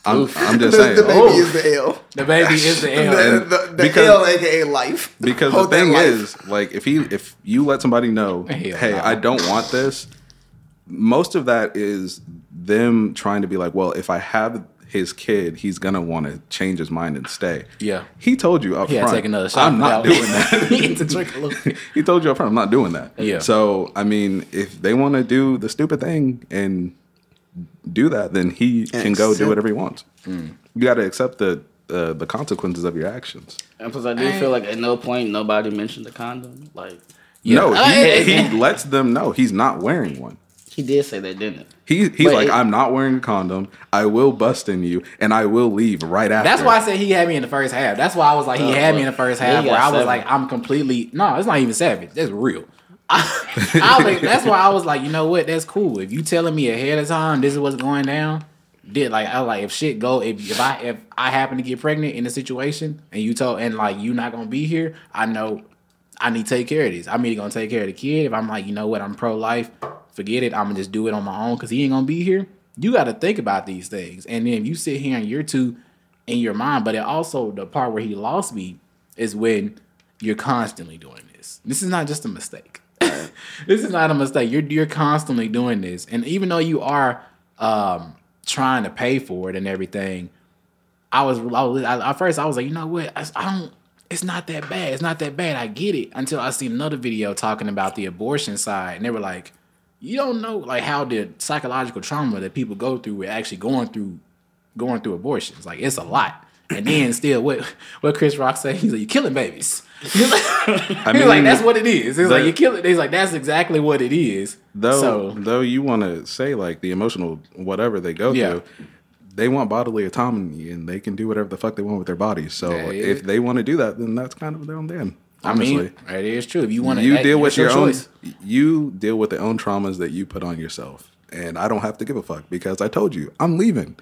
Speaker 2: I'm, I'm just
Speaker 3: the,
Speaker 2: saying
Speaker 3: the baby is the L.
Speaker 1: The baby is the L.
Speaker 3: The,
Speaker 2: Oh. And
Speaker 3: the, the
Speaker 2: because-
Speaker 3: L, aka life.
Speaker 2: Because
Speaker 3: Hold
Speaker 2: the
Speaker 3: that
Speaker 2: thing
Speaker 3: life.
Speaker 2: is, like, if he if you let somebody know,
Speaker 1: Hell
Speaker 2: hey,
Speaker 1: no.
Speaker 2: I don't want this, most of that is them trying to be like, well, if I have his kid, he's gonna want to change his mind and stay.
Speaker 1: Yeah.
Speaker 2: He told you up
Speaker 1: Yeah,
Speaker 2: front.
Speaker 1: take another shot.
Speaker 2: I'm not
Speaker 1: That
Speaker 2: doing that.
Speaker 1: was- he had to drink a little bit.
Speaker 2: he told you up front, I'm not doing that.
Speaker 1: Yeah.
Speaker 2: So I mean, if they want to do the stupid thing and do that, then he can go do
Speaker 3: accept-
Speaker 2: whatever he wants.
Speaker 1: Mm.
Speaker 2: You got to accept the uh, the consequences of your actions.
Speaker 4: And plus, I do feel like at no point nobody mentioned the condom. Like
Speaker 2: No,
Speaker 1: I-
Speaker 2: he,
Speaker 1: eh,
Speaker 2: he lets them know he's not wearing one.
Speaker 4: he did say they didn't.
Speaker 2: He, he's
Speaker 4: But
Speaker 2: like,
Speaker 4: it-
Speaker 2: I'm not wearing a condom. I will bust in you, and I will leave right after.
Speaker 1: That's why I said he had me in the first half. That's why I was like, he
Speaker 4: Oh,
Speaker 1: had me in
Speaker 4: well,
Speaker 1: the first
Speaker 4: yeah, he
Speaker 1: half
Speaker 4: got
Speaker 1: where I was
Speaker 4: seven.
Speaker 1: like, I'm completely no, it's not even savage. That's real. I, I was like, that's why I was like, you know what? That's cool. If you telling me ahead of time this is what's going down, did like I like if shit go if if I if I happen to get pregnant in a situation and you told and like you not gonna be here, I know I need to take care of this. I'm either gonna take care of the kid if I'm like, you know what, I'm pro life, forget it, I'm gonna just do it on my own because he ain't gonna be here. You gotta think about these things. And then you sit here and you're too in your mind, but it also the part where he lost me is when you're constantly doing this. This is not just a mistake. this is not a mistake. You're you're constantly doing this, and even though you are um, trying to pay for it and everything, I was, I was I, at first I was like, you know what? I, I don't. It's not that bad. It's not that bad. I get it. Until I seen another video talking about the abortion side, and they were like, you don't know like how the psychological trauma that people go through with actually going through going through abortions. Like it's a lot. And then still what what Chris Rock said, he's like, You're killing babies. He's like, he's like,
Speaker 2: mean,
Speaker 1: that's what it is. He's
Speaker 2: the-
Speaker 1: like, you're killing he's like, that's exactly what it is.
Speaker 2: though
Speaker 1: so
Speaker 2: though you want to say like the emotional whatever they go
Speaker 1: Yeah.
Speaker 2: through they want bodily autonomy and they can do whatever the fuck they want with their bodies so
Speaker 1: Yeah, yeah.
Speaker 2: if they want to do that then that's kind of their own damn
Speaker 1: I
Speaker 2: honestly
Speaker 1: mean, it is true. If you want to
Speaker 2: you deal with your own
Speaker 1: choice.
Speaker 2: you deal with the own traumas that you put on yourself and i don't have to give a fuck because i told you i'm leaving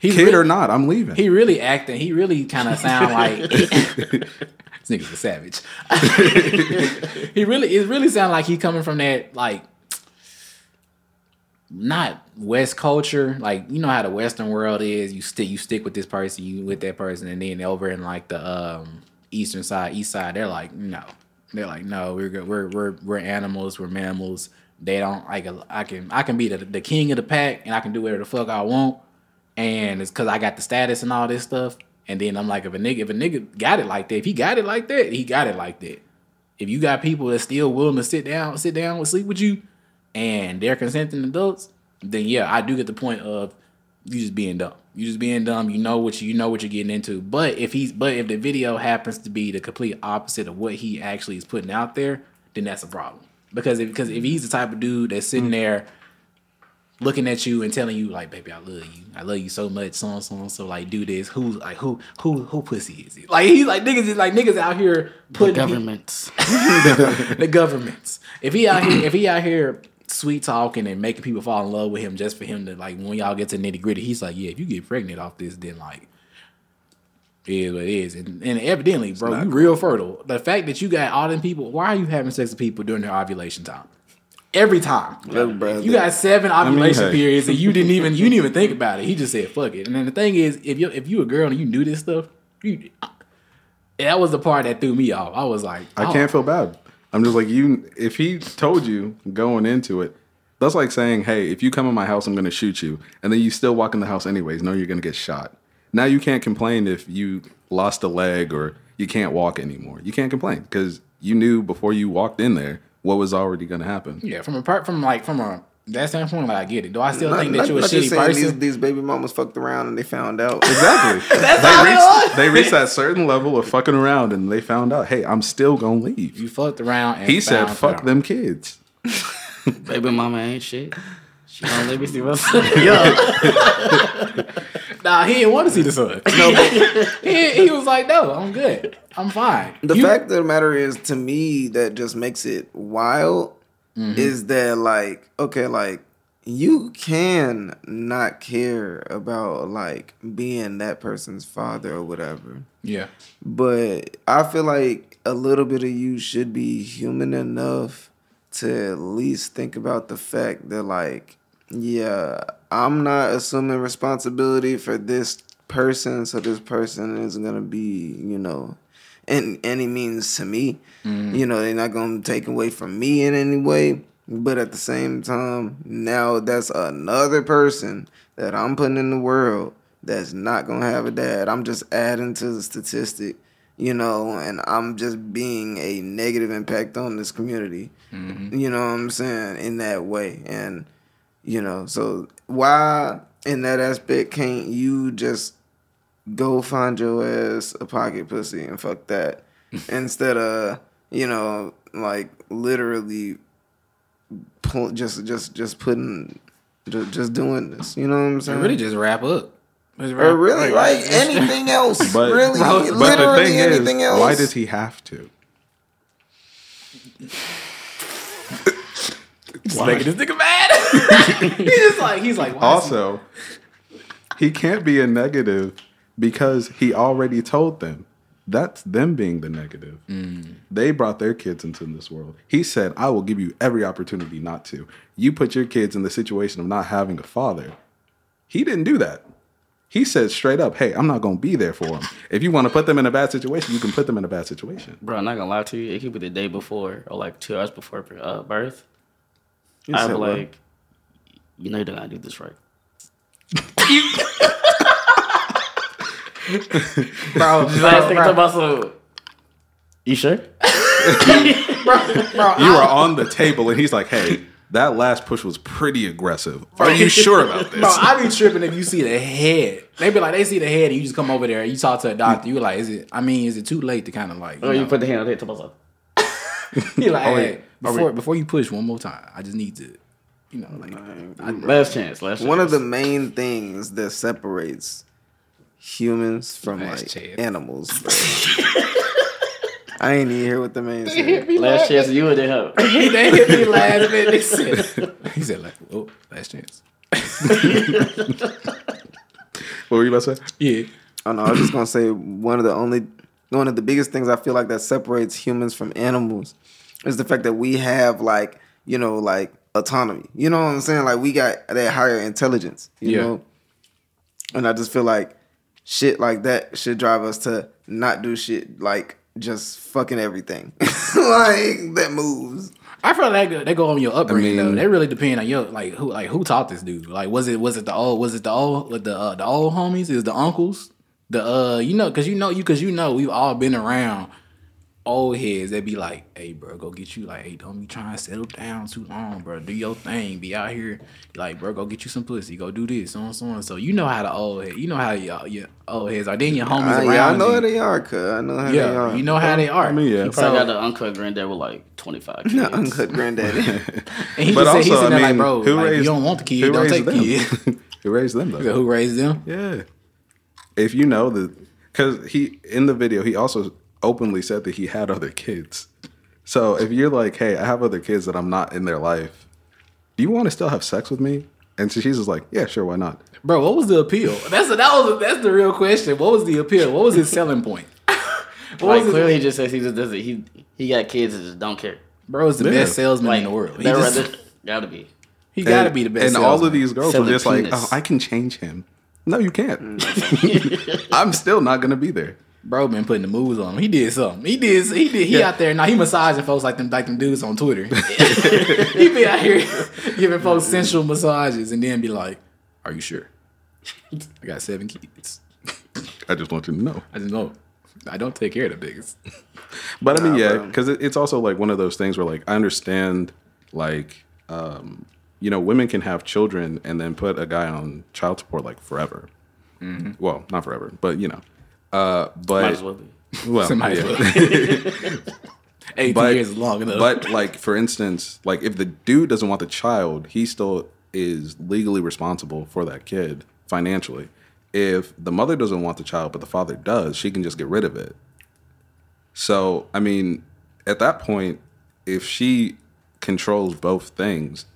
Speaker 1: He's
Speaker 2: kid
Speaker 1: really-
Speaker 2: or not i'm leaving
Speaker 1: He really acting. He really kind of sound like this nigga's a savage. he really it really sound like he coming from that like not West culture. Like you know how the Western world is. You stick you stick with this person, you with that person, and then over in like the um Eastern side, East side, they're like no, they're like no, we're good. we're we're we're animals, we're mammals. They don't like I can I can be the, the king of the pack and I can do whatever the fuck I want and it's because I got the status and all this stuff. And then I'm like, if a nigga, if a nigga got it like that, if he got it like that, he got it like that. If you got people that's still willing to sit down, sit down and sleep with you, and they're consenting adults, then yeah, I do get the point of you just being dumb. You just being dumb. You know what you, you know what you're getting into. But if he's but if the video happens to be the complete opposite of what he actually is putting out there, then that's a problem. Because if because if he's the type of dude that's sitting there looking at you and telling you like, baby, I love you. I love you so much. So and so and so. Like, do this. Who like who who who pussy is it? Like he's like niggas is like niggas out here putting people-
Speaker 4: Governments.
Speaker 1: the governments. If he out here, if he out here sweet talking and making people fall in love with him just for him to like when y'all get to nitty gritty, he's like, yeah, if you get pregnant off this, then like. It is what it is, and, and evidently, bro, you real fertile. The fact that you got all them people, why are you having sex with people during their ovulation time? Every time,
Speaker 3: Look, bro,
Speaker 1: you got seven ovulation
Speaker 2: hey.
Speaker 1: periods, and you didn't even you didn't even think about it. He just said, "Fuck it." And then the thing is, if you if you a girl and you knew this stuff, you that was the part that threw me off. I was like,
Speaker 2: I
Speaker 1: oh,
Speaker 2: can't feel bad. I'm just like you. If he told you going into it, that's like saying, "Hey, if you come in my house, I'm going to shoot you," and then you still walk in the house anyways, knowing you're going to get shot. Now you can't complain if you lost a leg or you can't walk anymore. You can't complain because you knew before you walked in there what was already going to happen.
Speaker 1: Yeah, from apart from like from a that standpoint, like I get it. Do I still think that
Speaker 3: Not-
Speaker 1: you a
Speaker 3: not just
Speaker 1: shitty
Speaker 3: saying
Speaker 1: person?
Speaker 3: These, these baby mamas fucked around and they found out.
Speaker 2: Exactly.
Speaker 1: all it
Speaker 2: they
Speaker 1: was.
Speaker 2: reached they reached that certain level of fucking around, and they found out, "Hey, I'm still going to leave."
Speaker 1: you fucked around. And
Speaker 2: He said,
Speaker 1: found
Speaker 2: "Fuck
Speaker 1: out.
Speaker 2: them kids."
Speaker 4: Baby mama ain't shit. She don't let me see what's
Speaker 1: Nah, he didn't want to see the sun. he, he was like, no, I'm good. I'm fine.
Speaker 3: The
Speaker 1: You-
Speaker 3: fact of the matter is, to me, that just makes it wild. Is that like okay, like you can not care about like being that person's father or whatever,
Speaker 1: yeah,
Speaker 3: but I feel like a little bit of you should be human enough to at least think about the fact that like yeah, I'm not assuming responsibility for this person, so this person is gonna be, you know, in any means to me. You know, they're not gonna take away from me in any way. But at the same time, now that's another person that I'm putting in the world that's not gonna have a dad. I'm just adding to the statistic, you know, and I'm just being a negative impact on this community.
Speaker 2: Mm-hmm.
Speaker 3: You know what I'm saying? In that way. And you know, so why in that aspect can't you just go find your ass a pocket pussy and fuck that instead of you know like literally pull, just just just putting just, just doing this you know what i'm saying
Speaker 1: Really, just wrap up. Just wrap-
Speaker 3: or really like anything else
Speaker 2: But,
Speaker 3: really
Speaker 2: but the
Speaker 3: literally
Speaker 2: thing
Speaker 3: anything
Speaker 2: is,
Speaker 3: else
Speaker 2: why does he have to?
Speaker 1: Just making this nigga mad. he's just like he's like. Why is he-
Speaker 2: Also, he can't be a negative because he already told them. That's them being the negative. They brought their kids into this world. He said, I will give you every opportunity not to. You put your kids in the situation of not having a father. He didn't do that. He said straight up, Hey, I'm not going to be there for them. If you want to put them in a bad situation, you can put them in a bad situation.
Speaker 4: Bro, I'm not gonna lie to you. It could be the day before or like two hours before uh, birth.
Speaker 3: You
Speaker 4: I'd
Speaker 3: said
Speaker 4: be
Speaker 3: what?
Speaker 4: like, you know, you did not do this right.
Speaker 1: bro, bro,
Speaker 4: Last thing
Speaker 1: bro,
Speaker 4: I thought about so. You sure?
Speaker 1: bro,
Speaker 2: You are on the table, and he's like, Hey, that last push was pretty aggressive. Are you sure about this?
Speaker 1: Bro, I be tripping if you see the head. They be like, they see the head, and you just come over there and you talk to a doctor. You like, is it? I mean, is it too late to kind of like?
Speaker 4: Oh,
Speaker 1: you
Speaker 4: you
Speaker 1: know?
Speaker 4: put the hand on it. Talk about
Speaker 1: He like,
Speaker 2: Are we-
Speaker 1: hey,
Speaker 2: are we-
Speaker 1: before before you push one more time, I just need to, you know, like,
Speaker 4: something. Last chance. Last chance.
Speaker 3: one of the main things that separates humans from
Speaker 1: Nice
Speaker 3: like
Speaker 1: chance.
Speaker 3: animals bro. i ain't even hear what the man said
Speaker 4: last chance. You would help.
Speaker 1: they hit me last minute. They said, he said like, oh, last chance.
Speaker 2: What were you about to say?
Speaker 1: Yeah,
Speaker 3: Oh no, I was just gonna say one of the only one of the biggest things I feel like that separates humans from animals is the fact that we have like, you know, like autonomy. You know what I'm saying? Like we got that higher intelligence, you
Speaker 1: Yeah.
Speaker 3: know? And I just feel like shit like that should drive us to not do shit like just fucking everything. like that moves.
Speaker 1: I feel like they go- they go on your upbringing
Speaker 2: I mean-
Speaker 1: though. They really depend on your like who like who taught this dude. Like, was it was it the old was it the old with the uh, the old homies? Is the uncles? The uh, you know, cause you know you cause you know we've all been around old heads. They be like, hey, bro, go get you like, hey, don't be trying to settle down too long, bro. Do your thing. Be out here, like, bro, go get you some pussy. Go do this, so on, so on. So you know how the old head, you know how y'all your old heads are. Then your homies
Speaker 3: I,
Speaker 1: around
Speaker 3: yeah, I know
Speaker 1: you.
Speaker 3: how they are, cuz I know how they
Speaker 1: Yeah,
Speaker 3: are.
Speaker 1: you know how they are.
Speaker 2: I mean, yeah.
Speaker 1: So-
Speaker 4: Probably got the uncut granddad with like 25 kids.
Speaker 3: Not uncut granddaddy.
Speaker 1: and he
Speaker 2: But
Speaker 1: just said, he's sitting
Speaker 2: also, I
Speaker 1: there like,
Speaker 2: mean,
Speaker 1: bro,
Speaker 2: who
Speaker 1: like,
Speaker 2: raised
Speaker 1: you don't want the kid,
Speaker 2: who
Speaker 1: don't
Speaker 2: raised
Speaker 1: take the
Speaker 2: them?
Speaker 1: kid.
Speaker 2: who raised them though?
Speaker 1: So who raised them?
Speaker 2: Yeah. If you know that, because he in the video he also openly said that he had other kids. So if you're like, hey, I have other kids that I'm not in their life, do you want to still have sex with me? And so she's just like, yeah, sure, why not?
Speaker 1: Bro, what was the appeal? That's that was that's the real question. What was the appeal? What was his selling point? What
Speaker 4: Like
Speaker 1: was his-
Speaker 4: clearly, he just says he just doesn't. He he got kids that just don't care.
Speaker 1: bro is the
Speaker 2: Yeah.
Speaker 1: best salesman
Speaker 4: Like
Speaker 1: in the world. He,
Speaker 4: that
Speaker 1: just-
Speaker 4: rather gotta be.
Speaker 1: he gotta
Speaker 2: And-
Speaker 1: be the best.
Speaker 2: And all of these girls
Speaker 4: Sell
Speaker 2: were
Speaker 4: the
Speaker 2: just like,
Speaker 4: penis.
Speaker 2: oh, I can change him. No, you can't.
Speaker 1: Mm.
Speaker 2: I'm still not gonna be there.
Speaker 1: bro been putting the moves on him. He did something. He did he did he out there now he massaging folks like them like them dudes on Twitter. he be out here giving folks sensual massages and then be like, Are you sure? I got seven kids.
Speaker 2: I just want you to know.
Speaker 1: I just know. I don't take care of the biggest.
Speaker 2: But I mean,
Speaker 3: Nah,
Speaker 2: yeah,
Speaker 3: bro.
Speaker 2: because it, it's also like one of those things where like I understand, like, um, you know, women can have children and then put a guy on child support like forever. Well, not forever, but you know, uh, but
Speaker 4: Might as well be.
Speaker 2: well,
Speaker 1: Somebody
Speaker 2: yeah.
Speaker 1: Eighteen
Speaker 2: But-
Speaker 1: years is long enough.
Speaker 2: But like for instance, like if the dude doesn't want the child, he still is legally responsible for that kid financially. If the mother doesn't want the child but the father does, she can just get rid of it. So, I mean, at that point, if she controls both things,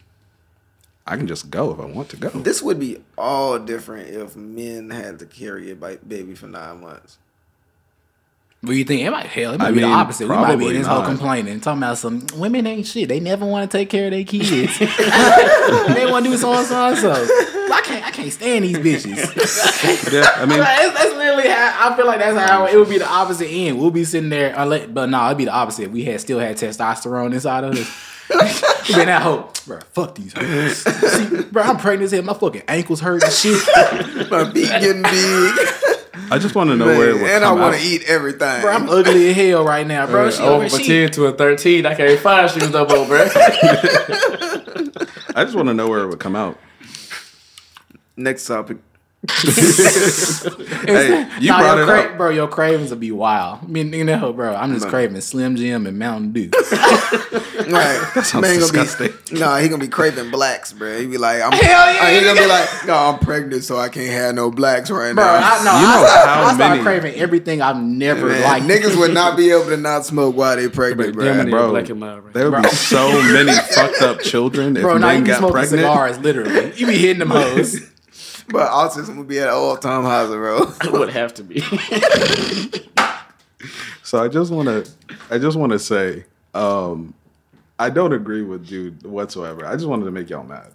Speaker 2: I can just go if I want to go.
Speaker 3: This would be all different if men had to carry a bi- baby for nine months.
Speaker 1: What do you think? It might hell. It might
Speaker 2: I
Speaker 1: be the
Speaker 2: mean,
Speaker 1: opposite. We might be in
Speaker 2: probably
Speaker 1: this whole
Speaker 2: not.
Speaker 1: complaining, talking about some women ain't shit. They never want to take care of their kids. they want to do so and so and so. I can't. I can't stand these bitches.
Speaker 2: yeah, I mean,
Speaker 1: that's, that's literally how I feel like that's how it would be the opposite end. We'll be sitting there, unless, but no, it'd be the opposite. We had still had testosterone inside of us. Been out, hoe, bro. Fuck these hoes. See, bro, I'm pregnant as hell. My fucking ankles hurt and shit.
Speaker 3: My feet getting big.
Speaker 2: I just want to know where it would
Speaker 3: and I
Speaker 2: come
Speaker 3: want
Speaker 2: out.
Speaker 3: to eat everything.
Speaker 1: Bro, I'm ugly as hell right now, bro. She
Speaker 5: Over
Speaker 1: over
Speaker 5: from
Speaker 1: she,
Speaker 5: 10 to a 13, I can't find shoes no more, bro.
Speaker 2: I just want to know where it would come out.
Speaker 3: Next topic.
Speaker 2: Hey, you
Speaker 1: Nah,
Speaker 2: brought
Speaker 1: your
Speaker 2: it
Speaker 1: cra-
Speaker 2: up.
Speaker 1: bro. Your cravings will be wild. I mean, you know, bro. I'm just craving Slim Jim and Mountain Dew.
Speaker 3: All right. That
Speaker 2: sounds disgusting.
Speaker 3: Be, nah, he gonna be craving blacks, bro. He be like, I'm,
Speaker 1: Hell yeah,
Speaker 3: uh, He gonna
Speaker 1: nigga.
Speaker 3: be like, no, I'm pregnant, so I can't have no blacks right
Speaker 1: Bro,
Speaker 3: now.
Speaker 1: I know.
Speaker 2: You
Speaker 1: I,
Speaker 2: know
Speaker 1: start,
Speaker 2: how
Speaker 1: I start
Speaker 2: many-
Speaker 1: craving everything I've never
Speaker 3: Man,
Speaker 1: liked.
Speaker 3: niggas would not be able to not smoke while they pregnant, bro.
Speaker 5: Damn it,
Speaker 2: Bro.
Speaker 5: black and mild, bro.
Speaker 2: There would be so many fucked up children if
Speaker 1: bro, now you
Speaker 2: men
Speaker 1: be
Speaker 2: got
Speaker 1: smoking
Speaker 2: pregnant.
Speaker 1: cigars, literally. You be hitting them hoes.
Speaker 3: But autism would be at all time highs, bro.
Speaker 4: It would have to be.
Speaker 2: So I just want to, I just want to say, um, I don't agree with dude whatsoever. I just wanted to make y'all mad.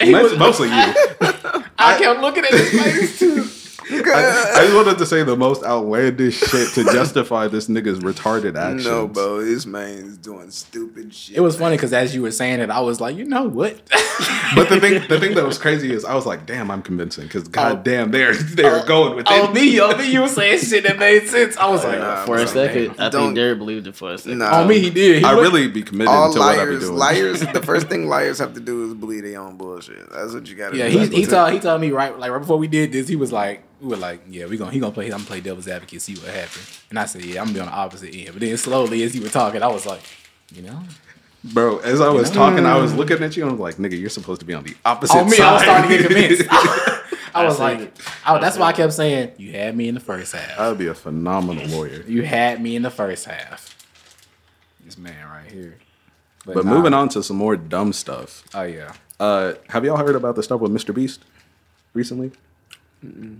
Speaker 2: Most- mostly you. I,
Speaker 1: I kept looking at his face too.
Speaker 2: I just wanted to say the most outlandish shit to justify this nigga's retarded actions.
Speaker 3: no, bro, this man's doing stupid shit.
Speaker 1: It was funny because as you were saying it, I was like, you know what?
Speaker 2: But the thing, the thing that was crazy is I was like, damn, I'm convincing because goddamn, they're they're going with
Speaker 1: oh
Speaker 2: it.
Speaker 1: me, oh me, you were saying shit that made sense. I was like, oh,
Speaker 3: Nah,
Speaker 1: for
Speaker 4: For a
Speaker 1: us, that
Speaker 4: second, I
Speaker 3: Don't-
Speaker 4: think Derry believed it for a second.
Speaker 3: Nah.
Speaker 1: on me, he did. He
Speaker 2: I
Speaker 1: looked-
Speaker 2: really be committed
Speaker 3: all
Speaker 2: to what I be
Speaker 3: liars,
Speaker 2: doing.
Speaker 3: liars. The first thing liars have to do is believe their own bullshit. That's what you gotta.
Speaker 1: Yeah,
Speaker 3: do.
Speaker 1: he,
Speaker 3: That's
Speaker 1: he
Speaker 3: what-
Speaker 1: told he told me right like right before we did this, he was like, we were like, yeah, we gonna he gonna play. I'm gonna play devil's advocate, see what happened. And I said, yeah, I'm gonna be on the opposite end. But then slowly as you were talking, I was like, you know,
Speaker 2: Bro, as I was talking, I was looking at you and I was like, nigga, you're supposed to be on the opposite
Speaker 1: on Oh, me,
Speaker 2: side.
Speaker 1: I was starting to get convinced. I was
Speaker 4: see
Speaker 1: like,
Speaker 4: it.
Speaker 1: oh, that's why I kept saying you had me in the first half.
Speaker 2: I would be a phenomenal lawyer.
Speaker 1: You had me in the first half. This man right here.
Speaker 2: But
Speaker 1: nah.
Speaker 2: moving on to some more dumb stuff.
Speaker 1: Oh yeah.
Speaker 2: Uh, have y'all heard about the stuff with Mr. Beast recently?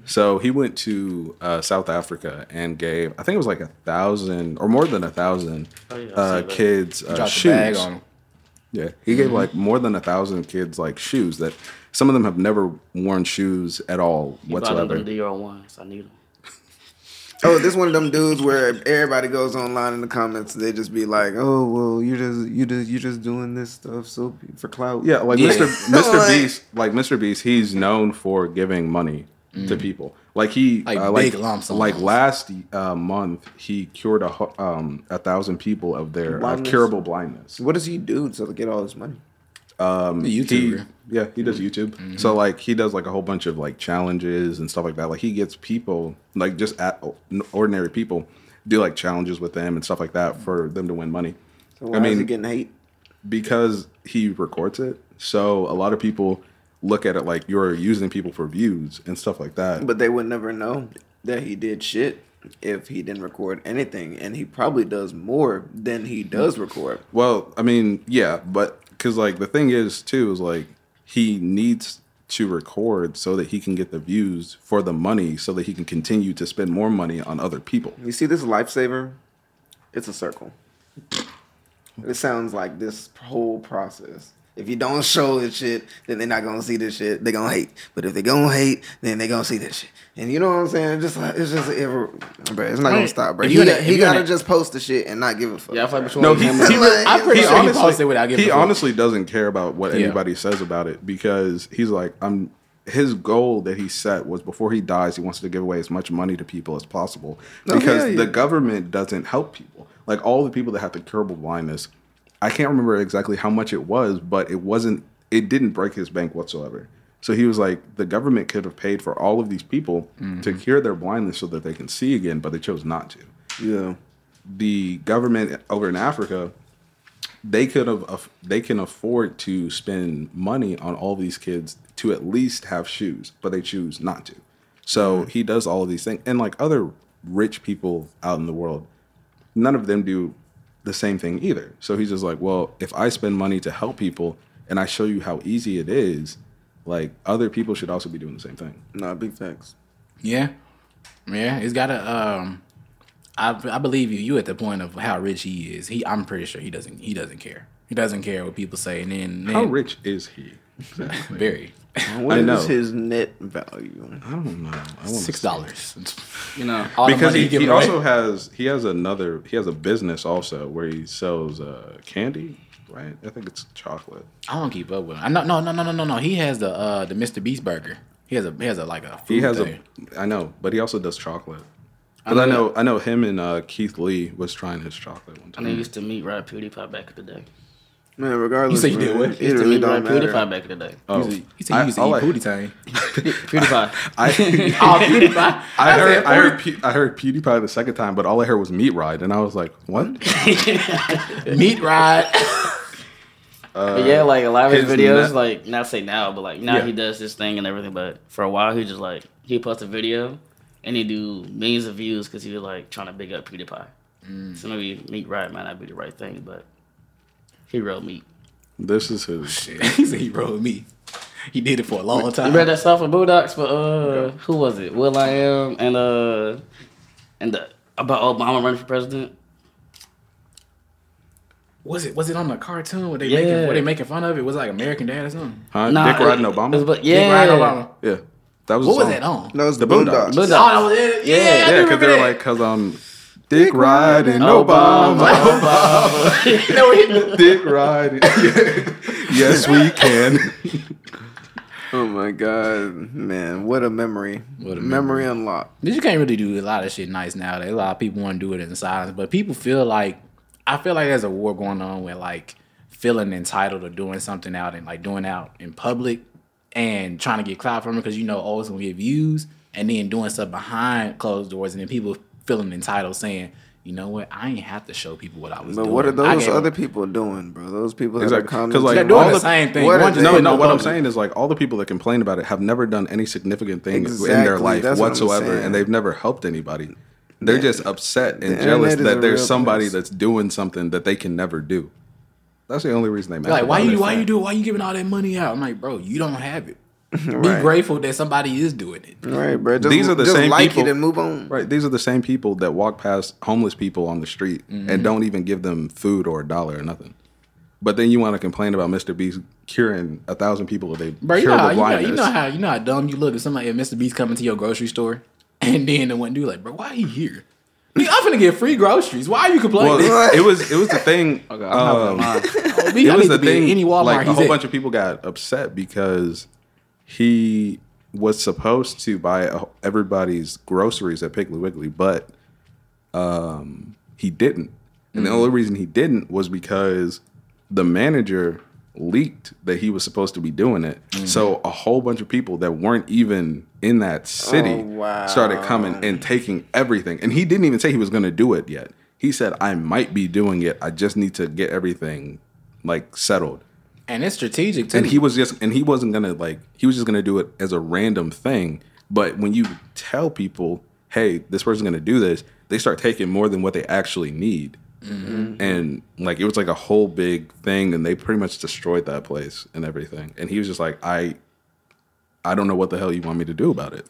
Speaker 2: So he went to uh, South Africa and gave, I think it was like a thousand or more than a thousand
Speaker 4: Oh, yeah, I
Speaker 2: uh,
Speaker 4: see that.
Speaker 2: kids uh,
Speaker 1: Dropped the
Speaker 2: shoes.
Speaker 1: bag on him.
Speaker 2: Yeah, he
Speaker 4: Mm-hmm.
Speaker 2: gave like more than a thousand kids like shoes that some of them have never worn shoes at all
Speaker 4: Bought
Speaker 2: whatsoever.
Speaker 4: them DR ones. I need them.
Speaker 3: Oh, this one of them dudes where everybody goes online in the comments. They just be like, "Oh, well, you just you just you just doing this stuff so for clout."
Speaker 2: Yeah, like
Speaker 1: Yeah.
Speaker 2: Mr.
Speaker 3: No,
Speaker 2: Mr.
Speaker 3: like-
Speaker 2: Beast, like Mr. Beast, he's known for giving money to people. Like he,
Speaker 1: Mm. Like
Speaker 2: uh,
Speaker 1: big lumps on
Speaker 2: Like
Speaker 1: those.
Speaker 2: last uh, month, he cured a hu- um a thousand people of their uh,
Speaker 3: Blindness.
Speaker 2: curable blindness.
Speaker 3: What does he do to get all this money?
Speaker 2: Um,
Speaker 1: The
Speaker 2: he-
Speaker 1: YouTuber. Mm-hmm.
Speaker 2: yeah, he does YouTube. So like he does like a whole bunch of like challenges and stuff like that. Like he gets people, like just at, ordinary people, do like challenges with them and stuff like that for them to win money.
Speaker 3: So why
Speaker 2: I mean,
Speaker 3: is he getting hate?
Speaker 2: because he records it. So a lot of people look at it like you're using people for views and stuff like that.
Speaker 3: But they would never know that he did shit if he didn't record anything, and he probably does more than he does record.
Speaker 2: well, I mean, yeah, but because like the thing is too is like he needs to record so that he can get the views for the money so that he can continue to spend more money on other people.
Speaker 3: You see this lifesaver? It's a circle. It sounds like this whole process. If you don't show this shit, then they're not gonna see this shit. They're gonna hate. But if they're gonna hate, then they're gonna see this shit. And you know what I'm saying? It's just like it's just ever, bro. It's not gonna stop, bro.
Speaker 1: If
Speaker 3: He,
Speaker 1: you in
Speaker 3: got,
Speaker 1: it- if
Speaker 3: he
Speaker 1: you in
Speaker 3: gotta
Speaker 1: it-
Speaker 3: just post the shit and not give a fuck.
Speaker 4: Yeah, I feel like between
Speaker 3: bro.
Speaker 4: no,
Speaker 2: he-
Speaker 4: him
Speaker 2: he
Speaker 4: and
Speaker 3: really-
Speaker 1: I'm pretty
Speaker 2: he
Speaker 1: sure
Speaker 2: honestly,
Speaker 1: he posted without giving.
Speaker 2: he
Speaker 1: a fuck.
Speaker 2: honestly doesn't care about what
Speaker 1: Yeah.
Speaker 2: anybody says about it because he's like, I'm his goal that he set was before he dies, he wants to give away as much money to people as possible because
Speaker 3: yeah, yeah.
Speaker 2: the government doesn't help people. Like all the people that have the curable blindness, I can't remember exactly how much it was, but it wasn't. It didn't break his bank whatsoever. So he was like, the government could have paid for all of these people to
Speaker 1: Mm-hmm.
Speaker 2: cure their blindness so that they can see again, but they chose not to
Speaker 3: yeah.
Speaker 2: the government over in Africa, they could have they can afford to spend money on all these kids to at least have shoes, but they choose not to. So
Speaker 1: Mm-hmm.
Speaker 2: he does all of these things, and like other rich people out in the world, none of them do the same thing either. So he's just like, well, if I spend money to help people and I show you how easy it is, like other people should also be doing the same thing.
Speaker 3: Nah, big facts.
Speaker 1: Yeah, yeah. He's got a. Um, I I believe you. You at the point of how rich he is. He I'm pretty sure he doesn't. He doesn't care. He doesn't care what people say. And then, then
Speaker 2: How rich is he? Exactly.
Speaker 1: Very.
Speaker 3: What
Speaker 2: I
Speaker 3: is
Speaker 2: know.
Speaker 3: his net value?
Speaker 2: I don't know. I wanna
Speaker 1: Six
Speaker 2: say-
Speaker 1: dollars.
Speaker 4: you know,
Speaker 1: All the
Speaker 2: because
Speaker 1: money
Speaker 2: he,
Speaker 1: give
Speaker 2: he
Speaker 1: away.
Speaker 2: also has he has another he has a business also where he sells uh candy right? I think it's chocolate.
Speaker 1: I don't keep up with him. I know, no, no, no, no, no, no. He has the uh the Mr. Beast burger. He has a he has a like a food
Speaker 2: He has
Speaker 1: thing.
Speaker 2: a, I know, but he also does chocolate. But I know, I know him and uh, Keith Lee was trying his chocolate one
Speaker 4: I
Speaker 2: time.
Speaker 4: mean, used to meet Rod PewDiePie back in the day.
Speaker 3: Man,
Speaker 1: You
Speaker 3: regardless,
Speaker 1: say you
Speaker 3: man,
Speaker 1: did what?
Speaker 3: it
Speaker 4: Used to
Speaker 3: really
Speaker 4: meet Rod
Speaker 3: don't matter.
Speaker 4: PewDiePie back in the day.
Speaker 2: oh,
Speaker 1: He said- he
Speaker 2: I-
Speaker 1: said he used to
Speaker 2: all
Speaker 1: eat
Speaker 2: I-
Speaker 1: Pootie Tang.
Speaker 4: PewDiePie.
Speaker 2: I,
Speaker 1: Oh, PewDiePie.
Speaker 2: I
Speaker 1: I
Speaker 2: heard,
Speaker 1: said
Speaker 2: I heard, Pe- I heard PewDiePie the second time, but all I heard was meat ride, and I was like, what?
Speaker 1: Meat ride.
Speaker 2: Uh,
Speaker 4: But yeah, like a lot of his,
Speaker 2: his
Speaker 4: videos,
Speaker 2: net-
Speaker 4: like not say now, but like now
Speaker 2: Yeah.
Speaker 4: he does this thing and everything. But for a while, he just like he post a video and he do millions of views because he was like trying to big up PewDiePie. So maybe meat right might not be the right thing, but he wrote meat.
Speaker 2: This is his.
Speaker 1: he said he rode me. He did it for a long
Speaker 4: You
Speaker 1: time.
Speaker 4: read that stuff for Boondocks, but uh, who was it? Will I am and uh, and the about Obama running for president.
Speaker 1: Was it was it on the cartoon? Were they
Speaker 4: Yeah.
Speaker 1: making were they making fun of it? Was it like American Dad or something?
Speaker 2: Huh?
Speaker 4: Nah,
Speaker 2: Uh, Dick riding
Speaker 4: it-
Speaker 2: Obama?
Speaker 4: it was- But
Speaker 1: Dick
Speaker 4: yeah,
Speaker 1: Ryan Obama.
Speaker 2: yeah. That was
Speaker 1: What was
Speaker 2: the song.
Speaker 1: that on?
Speaker 3: No, it's the
Speaker 2: The
Speaker 3: Boondocks.
Speaker 2: Boondocks.
Speaker 4: Boondocks.
Speaker 1: Oh, that was it. Yeah, I do
Speaker 2: Yeah, because
Speaker 1: remember
Speaker 2: they're
Speaker 1: that.
Speaker 2: like, because um, Dick riding Obama, Dick riding. yes, we can.
Speaker 3: Oh my god, man, what a memory!
Speaker 1: What a
Speaker 3: memory unlocked.
Speaker 1: But you can't really do a lot of shit nice nowadays. A lot of people want to do it in silence, but people feel like I feel like there's a war going on with like feeling entitled to doing something out and like doing out in public and trying to get clout from it because you know oh it's gonna get views and then doing stuff behind closed doors and then people feeling entitled saying you know what I ain't have to show people what I was
Speaker 3: But
Speaker 1: doing.
Speaker 3: what are
Speaker 1: I
Speaker 3: those
Speaker 1: gave-
Speaker 3: other people doing, bro? Those people that
Speaker 2: Exactly.
Speaker 3: are
Speaker 2: 'Cause,
Speaker 3: commenting.
Speaker 2: like,
Speaker 1: They're doing
Speaker 2: all
Speaker 1: the
Speaker 2: the-
Speaker 1: same thing.
Speaker 3: what
Speaker 1: One
Speaker 3: are
Speaker 1: just
Speaker 3: they-
Speaker 2: No,
Speaker 1: putting
Speaker 2: no.
Speaker 1: the
Speaker 2: What I'm
Speaker 1: public-
Speaker 2: saying is like all the people that complain about it have never done any significant thing in their
Speaker 3: Exactly,
Speaker 2: life
Speaker 3: that's what I'm
Speaker 2: whatsoever,
Speaker 3: saying.
Speaker 2: and they've never helped anybody. They're just upset and
Speaker 3: internet
Speaker 2: jealous
Speaker 3: is a
Speaker 2: that there's
Speaker 3: real
Speaker 2: somebody
Speaker 3: place.
Speaker 2: that's doing something that they can never do. That's the only reason they matter.
Speaker 1: Like why
Speaker 2: about
Speaker 1: you
Speaker 2: it.
Speaker 1: why you do why you giving all that money out? I'm like bro you don't have it. Be
Speaker 3: Right.
Speaker 1: grateful that somebody is doing it.
Speaker 3: right, bro? Just,
Speaker 2: These are the
Speaker 3: just
Speaker 2: same
Speaker 3: like
Speaker 2: people-
Speaker 3: it and move on.
Speaker 2: Right. These are the same people that walk past homeless people on the street
Speaker 1: Mm-hmm.
Speaker 2: and don't even give them food or a dollar or nothing. But then you want to complain about Mr. Beast curing a thousand people a day.
Speaker 1: Bro, you
Speaker 2: cure
Speaker 1: know,
Speaker 2: the
Speaker 1: how, you, know,
Speaker 2: blindness.
Speaker 1: you know how you know how dumb you look if somebody if Mr. Beast coming to your grocery store and then the one dude like, bro, why he here? Nigga, I'm finna get free groceries. Why are you complaining?
Speaker 2: well, it was it was the thing. um,
Speaker 1: Oh, me, I
Speaker 2: it was
Speaker 1: need to
Speaker 2: the
Speaker 1: be in
Speaker 2: thing.
Speaker 1: Any Walmart,
Speaker 2: like a
Speaker 1: he's
Speaker 2: whole
Speaker 1: at.
Speaker 2: bunch of people got upset because he was supposed to buy a, everybody's groceries at Piggly Wiggly, but um, he didn't. And the
Speaker 3: Mm.
Speaker 2: only reason he didn't was because the manager leaked that he was supposed to be doing it.
Speaker 3: Mm.
Speaker 2: So a whole bunch of people that weren't even in that city
Speaker 3: Oh, wow.
Speaker 2: started coming and taking everything. And he didn't even say he was going to do it yet. He said, I might be doing it. I just need to get everything like settled.
Speaker 1: and it's strategic too.
Speaker 2: And he was just, and he wasn't going to like, he was just going to do it as a random thing. But when you tell people, hey, this person's going to do this, they start taking more than what they actually need. And like, it was like a whole big thing. And they pretty much destroyed that place and everything. And he was just like, I, I don't know what the hell you want me to do about it.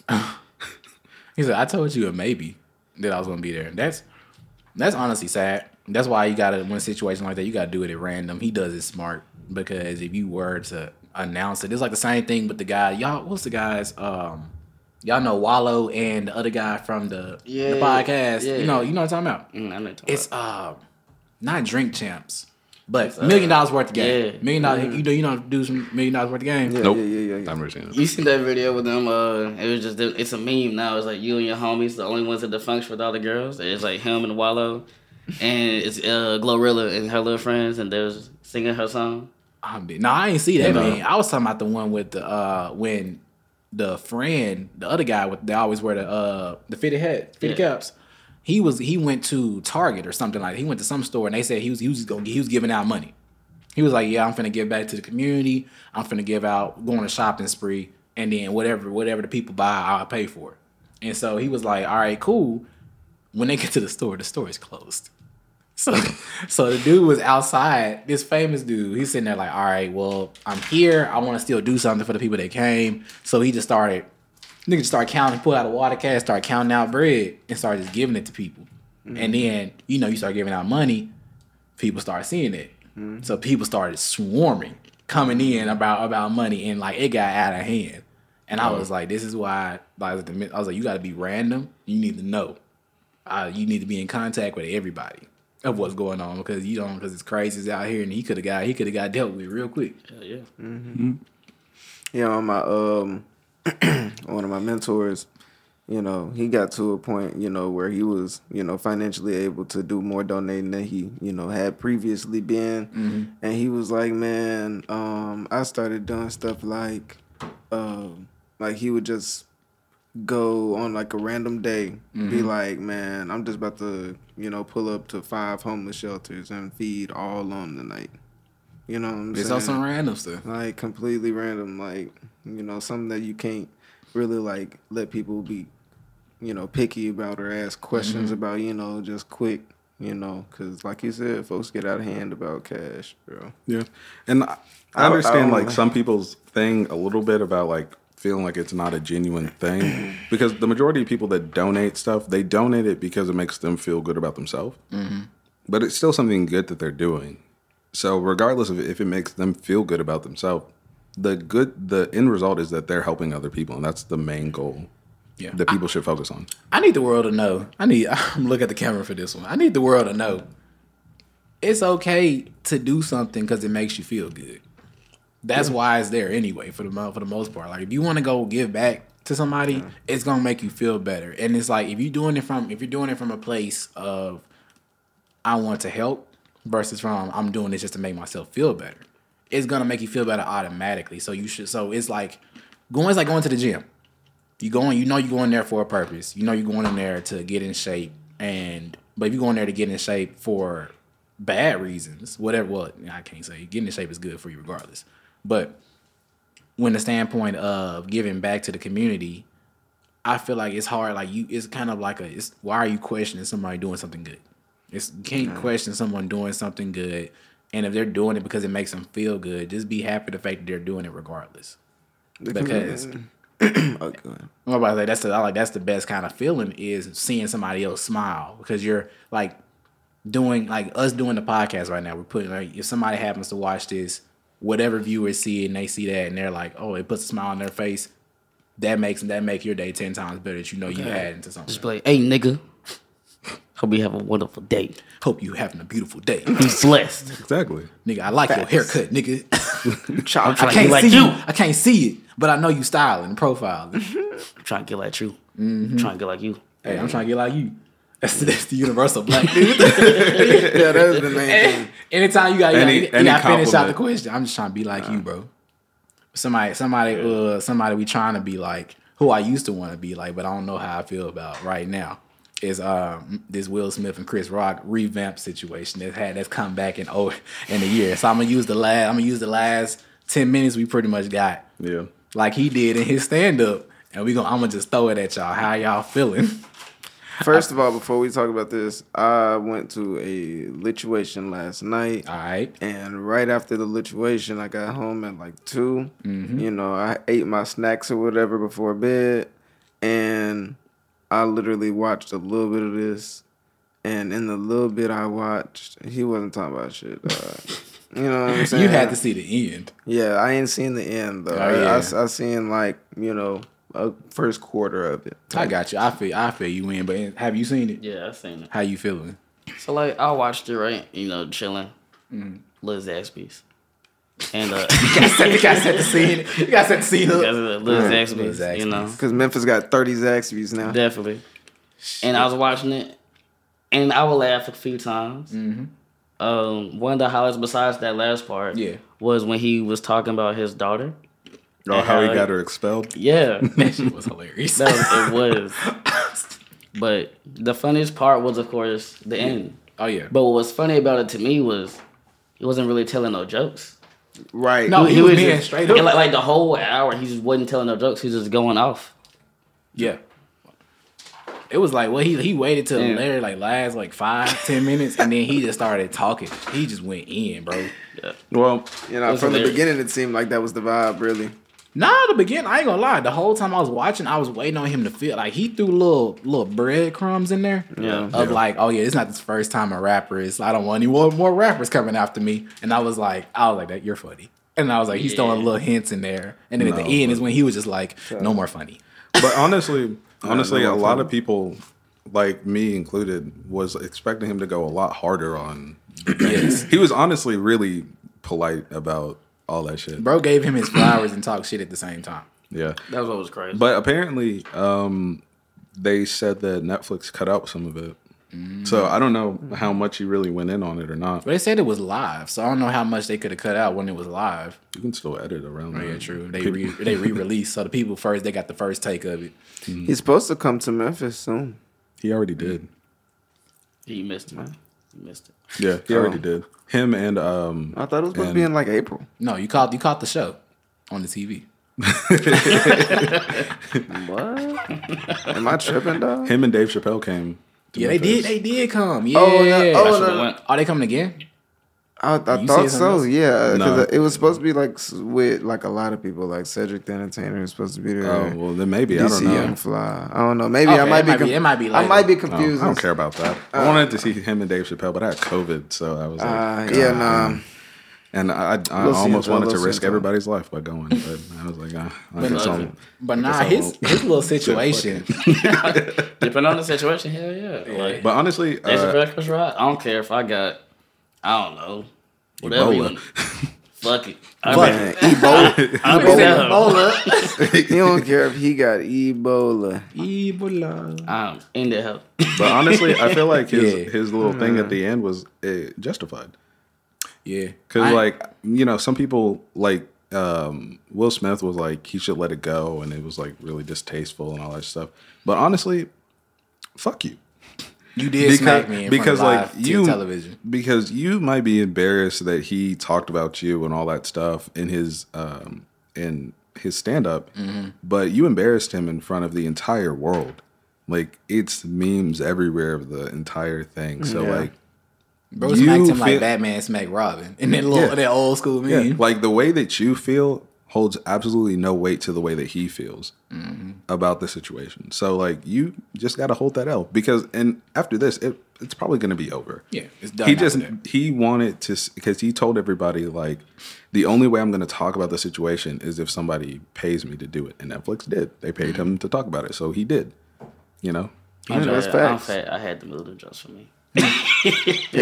Speaker 1: He said, "I told you a maybe that I was gonna be there." And that's that's honestly sad. That's why you gotta when a situation like that, you gotta do it at random. He does it smart because if you were to announce it, it's like the same thing with the guy. Y'all, what's the guys? Um, y'all know Wallow and the other guy from the
Speaker 4: Yeah,
Speaker 1: the podcast.
Speaker 4: yeah.
Speaker 1: You know, you know what I'm talking about.
Speaker 4: Mm, I know what you're talking
Speaker 1: It's uh, not drink champs. But million dollars worth of game.
Speaker 4: uh, yeah.
Speaker 1: Million dollars, you know, you know, do some million dollars worth of game.
Speaker 3: Yeah,
Speaker 2: Nope.
Speaker 3: yeah, yeah, yeah.
Speaker 2: I've never seen it.
Speaker 4: You seen that video with them? Uh, it was just them- it's a meme now. It's like you and your homies, the only ones at the function with all the girls. It's like him and Wallow, and it's uh, Glorilla and her little friends, and they're singing her song.
Speaker 1: I mean, no, I ain't see that
Speaker 2: Yeah,
Speaker 1: man. I was talking about the one with the uh when the friend, the other guy with they always wear the uh the fitted hat, fitted
Speaker 4: Yeah.
Speaker 1: caps. He was he went to Target or something like. He went to some store and they said he was he was going he was giving out money. He was like, "Yeah, I'm finna give back to the community. I'm finna give out, going on a shopping spree, and then whatever whatever the people buy, I'll pay for it." And so he was like, "All right, cool." When they get to the store, the store is closed. So, so the dude was outside. This famous dude, he's sitting there like, "All right, well, I'm here. I want to still do something for the people that came." So he just started, nigga, just started counting, pull out a water can, start counting out bread, and started just giving it to people. And then you know, you start giving out money, people start seeing it. So people started swarming, coming in about about money, and like it got out of hand. And I was like, this is why. Like, I was like, you got to be random. You need to know. Uh, you need to be in contact with everybody. of what's going on because you don't because it's crazies out here and he could have got he could have got dealt with real quick.
Speaker 4: Hell yeah.
Speaker 3: Yeah, on my um one of my mentors, you know, he got to a point, you know, where he was, you know, financially able to do more donating than he, you know, had previously been. And he was like, Man, um, I started doing stuff like um like he would just go on like a random day, be like, Man, I'm just about to, you know, pull up to five homeless shelters and feed all of them tonight. You know what I'm
Speaker 1: It's
Speaker 3: saying?
Speaker 1: on some random stuff.
Speaker 3: like completely random like you know something that you can't really like let people be you know picky about or ask questions about you know just quick you know because like you said folks get out of hand about cash bro
Speaker 2: Yeah, and I, I
Speaker 3: I-
Speaker 2: understand
Speaker 3: I-
Speaker 2: like some people's thing a little bit about like feeling like it's not a genuine thing because the majority of people that donate stuff they donate it because it makes them feel good about themselves. But it's still something good that they're doing. So regardless of if it makes them feel good about themselves, the good the end result is that they're helping other people, and that's the main goal.
Speaker 1: Yeah.
Speaker 2: that people should focus on.
Speaker 1: I need the world to know. I need. I'm look at the camera for this one. I need the world to know. It's okay to do something because it makes you feel good. That's why it's there anyway. For the mo- for the most part, like if you want to go give back to somebody, it's gonna make you feel better. And it's like if you're doing it from if you're doing it from a place of I want to help versus from I'm doing this just to make myself feel better. It's gonna make you feel better automatically. So you should. So it's like going. It's like going to the gym. You going, you know, you going there for a purpose. You know, you're going in there to get in shape, and but if you're going there to get in shape for bad reasons, whatever. Well, I can't say getting in shape is good for you regardless. But when the standpoint of giving back to the community, I feel like it's hard. Like you, it's kind of like a. It's why are you questioning somebody doing something good? It's you can't question someone doing something good, and if they're doing it because it makes them feel good, just be happy the fact that they're doing it regardless. Because
Speaker 3: oh, go ahead.
Speaker 1: I'm about to say that's the I like that's the best kind of feeling is seeing somebody else smile because you're like doing like us doing the podcast right now. We're putting like if somebody happens to watch this, whatever viewers see it and they see that and they're like, oh, it puts a smile on their face. That makes that make your day ten times better. That you know you had into something.
Speaker 4: Just be like, hey, nigga. Hope you have a wonderful day.
Speaker 1: Hope you having a beautiful day,
Speaker 4: Be blessed.
Speaker 2: Exactly.
Speaker 1: nigga. I like your haircut, nigga.
Speaker 3: Chop.
Speaker 1: I
Speaker 4: Trying to
Speaker 1: can't
Speaker 4: get like
Speaker 1: see
Speaker 4: you.
Speaker 1: you. I can't see it, but I know you styling, profiling.
Speaker 4: I'm trying to get like you.
Speaker 1: Mm-hmm.
Speaker 4: Trying to get like you.
Speaker 1: hey, I'm trying to get like you. That's, that's the universal black dude.
Speaker 3: yeah that's the main thing
Speaker 1: Anytime you got you,
Speaker 2: Any-
Speaker 1: gotta, you
Speaker 2: any
Speaker 1: gotta finish out the
Speaker 2: compliment.
Speaker 1: question. I'm just trying to be like you, bro. Somebody, somebody, uh, somebody we trying to be like who I used to want to be like, but I don't know how I feel about right now. Is um this Will Smith and Chris Rock revamp situation that had that's come back in over in a year. So I'm gonna use the last. I'm gonna use the last ten minutes we pretty much got
Speaker 2: Yeah.
Speaker 1: like he did in his stand up, and we gonna I'm gonna just throw it at y'all. How y'all feeling?
Speaker 3: first of all before we talk about this i went to a lituation last night
Speaker 1: All right.
Speaker 3: And right after the lituation, I got home at like 2
Speaker 1: Mm-hmm.
Speaker 3: You know, I ate my snacks or whatever before bed, and I literally watched a little bit of this. And in the little bit I watched, he wasn't talking about shit. Uh, you know what I'm saying?
Speaker 1: You had to see the end.
Speaker 3: Yeah, I ain't seen the end though. I-
Speaker 1: yeah.
Speaker 3: I, s- I, seen like you know a first quarter of it.
Speaker 1: I got you. I feel I feel you in, but have you seen it?
Speaker 4: Yeah, I seen it.
Speaker 1: How you feeling?
Speaker 4: So like I watched it right, you know, chilling, Lil Zaxby's, and uh,
Speaker 1: Mm-hmm. you gotta set the scene. You gotta set the scene
Speaker 4: because
Speaker 1: up.
Speaker 4: of Lil Zaxby's,
Speaker 1: Lil Zaxby's.
Speaker 4: you know,
Speaker 3: Because Memphis got 30 Zaxby's now.
Speaker 4: definitely. And I was watching it, and I would laugh a few times.
Speaker 1: Mm-hmm.
Speaker 4: Um, one of the highlights besides that last part,
Speaker 1: Yeah.
Speaker 4: was when he was talking about his daughter.
Speaker 2: Or how he
Speaker 4: Yeah.
Speaker 2: got her expelled.
Speaker 4: Yeah,
Speaker 1: That shit was hilarious.
Speaker 4: that was, it was. But the funniest part was, of course, the end.
Speaker 1: oh yeah.
Speaker 4: But what was funny about it to me was he wasn't really telling no jokes.
Speaker 3: Right.
Speaker 1: No, he, was, being
Speaker 4: just-
Speaker 1: straight
Speaker 4: and
Speaker 1: up.
Speaker 4: Like, like the whole hour, he just wasn't telling no jokes. He was just going off.
Speaker 1: yeah. It was like well he he waited till
Speaker 4: Yeah.
Speaker 1: later like last like five ten minutes and then he just started talking. He just went in, bro.
Speaker 2: Well,
Speaker 3: You know,
Speaker 4: was
Speaker 3: from the
Speaker 4: hilarious.
Speaker 3: beginning, it seemed like that was the vibe, really.
Speaker 1: Nah, the beginning I ain't gonna lie. The whole time I was watching, I was waiting on him to feel like he threw little little breadcrumbs in there.
Speaker 4: Yeah.
Speaker 1: of like, oh yeah, it's not the first time a rapper is. I don't want any more, more rappers coming after me. And I was like, I was like, that you're funny. And I was like, he's throwing
Speaker 4: Yeah.
Speaker 1: little hints in there. And then at
Speaker 2: No,
Speaker 1: the end is when he was just like, no more funny.
Speaker 2: but honestly, honestly, a lot of people like me included, was expecting him to go a lot harder on. he was honestly really polite about all that shit.
Speaker 1: Bro gave him his flowers and talked shit at the same time.
Speaker 2: Yeah,
Speaker 4: That was what was crazy.
Speaker 2: but apparently, um, they said that Netflix cut out some of it.
Speaker 1: Mm.
Speaker 2: So I don't know how much he really went in on it or not.
Speaker 1: But they said it was live, so I don't know how much they could have cut out when it was live.
Speaker 2: You can still edit around that.
Speaker 1: Oh, Yeah, true. They re, they re-released, so the people first they got the first take of it.
Speaker 2: Mm.
Speaker 3: He's supposed to come to Memphis soon.
Speaker 2: He already did.
Speaker 4: he missed it, man. He missed it.
Speaker 2: Yeah, he
Speaker 1: Oh.
Speaker 2: already did. Him and um,
Speaker 3: I thought it was supposed to be
Speaker 2: And-
Speaker 3: in like April.
Speaker 1: No, you caught you caught the show on the TV.
Speaker 3: What? Am I tripping, dog?
Speaker 2: him and Dave Chappelle came. to
Speaker 1: Yeah, they
Speaker 2: Memphis.
Speaker 1: did. They did come. Yeah.
Speaker 3: Oh, no- oh,
Speaker 4: I should
Speaker 3: no.
Speaker 4: have went.
Speaker 1: Are they coming again?
Speaker 3: I, I
Speaker 1: You said
Speaker 3: thought
Speaker 1: something
Speaker 3: so.
Speaker 1: else?
Speaker 3: Yeah, because
Speaker 2: No.
Speaker 3: it was supposed to be like s- with like a lot of people, like Cedric the Entertainer is supposed to be there.
Speaker 2: Oh well, then maybe I
Speaker 3: DC
Speaker 2: don't know.
Speaker 3: Young Fly. I don't know. Maybe I
Speaker 1: Okay,
Speaker 3: might
Speaker 1: it
Speaker 3: be.
Speaker 1: might be- it might be
Speaker 3: I
Speaker 1: later.
Speaker 3: might be
Speaker 2: No,
Speaker 3: confused.
Speaker 2: Oh, I don't care about that. I wanted to see him and Dave Chappelle, but I had COVID, so I was like,
Speaker 3: Uh,
Speaker 2: God
Speaker 3: yeah,
Speaker 2: damn.
Speaker 3: nah.
Speaker 2: And I, I
Speaker 3: Little
Speaker 2: almost
Speaker 3: Caesar,
Speaker 2: wanted to
Speaker 3: Little
Speaker 2: risk
Speaker 3: Caesar.
Speaker 2: everybody's life by going, but I was like, uh, I guess
Speaker 4: listen,
Speaker 2: I'll-
Speaker 1: But
Speaker 2: I
Speaker 1: nah,
Speaker 2: guess I
Speaker 1: his
Speaker 2: won't.
Speaker 1: his little situation.
Speaker 4: Depending on the situation, hell yeah. Like,
Speaker 2: But honestly,
Speaker 4: that's
Speaker 2: uh,
Speaker 4: breakfast right. I don't care if I got, I don't know, whatever. You
Speaker 2: Ebola.
Speaker 4: want. Fuck it. I
Speaker 1: Fuck
Speaker 4: mean,
Speaker 1: it.
Speaker 3: Man, Ebola.
Speaker 4: I'm
Speaker 1: Ebola.
Speaker 4: down.
Speaker 1: Ebola.
Speaker 3: you don't care if he got Ebola.
Speaker 1: Ebola.
Speaker 4: I'm in the hell.
Speaker 2: but honestly, I feel like his
Speaker 1: Yeah.
Speaker 2: his little thing at the end was uh, justified
Speaker 1: Yeah.
Speaker 2: because
Speaker 1: I-
Speaker 2: like you know some people like um, Will Smith was like he should let it go, and it was like really distasteful and all that stuff. But honestly, fuck you.
Speaker 1: you did smack me in because front of like you television.
Speaker 2: because you might be embarrassed that he talked about you and all that stuff in his um in his stand up
Speaker 1: Mm-hmm.
Speaker 2: but you embarrassed him in front of the entire world like it's memes everywhere of the entire thing so
Speaker 3: Yeah.
Speaker 2: like
Speaker 1: Bro
Speaker 2: you
Speaker 1: smacked him like
Speaker 2: feel-
Speaker 1: Batman smacked Robin in that little
Speaker 2: Yeah.
Speaker 1: that old school
Speaker 2: yeah,
Speaker 1: meme.
Speaker 2: like the way that you feel holds absolutely no weight to the way that he feels
Speaker 1: Mm-hmm.
Speaker 2: about the situation so like you just got to hold that out because and after this it it's probably going to be over
Speaker 1: Yeah, it's done.
Speaker 2: he
Speaker 1: after
Speaker 2: just
Speaker 1: that.
Speaker 2: he wanted to because he told everybody like the only way I'm going to talk about the situation is if somebody pays me to do it, and Netflix did. They paid
Speaker 1: Mm-hmm.
Speaker 2: him to talk about it, so he did. You know,
Speaker 4: I'm
Speaker 3: that's
Speaker 4: tired. I'm
Speaker 3: facts.
Speaker 4: fat. I had to move them just for me.
Speaker 3: Yeah,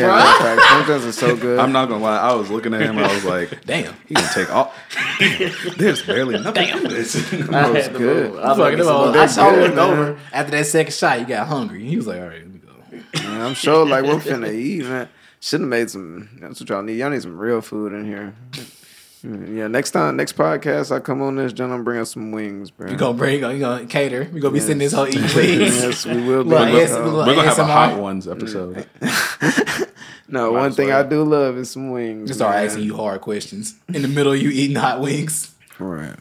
Speaker 3: that's fact. sometimes it's so good.
Speaker 2: I'm not gonna lie. I was looking at him. I was like,
Speaker 1: Damn.
Speaker 2: he can take all. There's barely nothing. in this.
Speaker 4: I had to
Speaker 3: good.
Speaker 4: move. I was
Speaker 1: Fucking
Speaker 4: like,
Speaker 1: him
Speaker 4: so-
Speaker 1: up. I saw him
Speaker 3: good,
Speaker 1: look
Speaker 3: man.
Speaker 1: over after that second shot. He got hungry. He was like, "All right, let me go."
Speaker 3: Man, I'm sure like we're finna eat, man. Should have made some. That's what y'all need. Y'all need some real food in here. Yeah, next time, next podcast, I come on this, John. I'm bringing some wings, bro.
Speaker 1: You gonna bring? You gonna cater? We gonna be sitting this whole eat please.
Speaker 3: yes, we will.
Speaker 1: Look,
Speaker 3: bring
Speaker 1: yes,
Speaker 3: some.
Speaker 1: look.
Speaker 2: We're gonna have a
Speaker 1: ASMR.
Speaker 2: hot ones episode.
Speaker 3: no, one thing I do love is some wings.
Speaker 1: Just start
Speaker 3: man.
Speaker 1: asking you hard questions in the middle. of You eating hot wings?
Speaker 3: Right.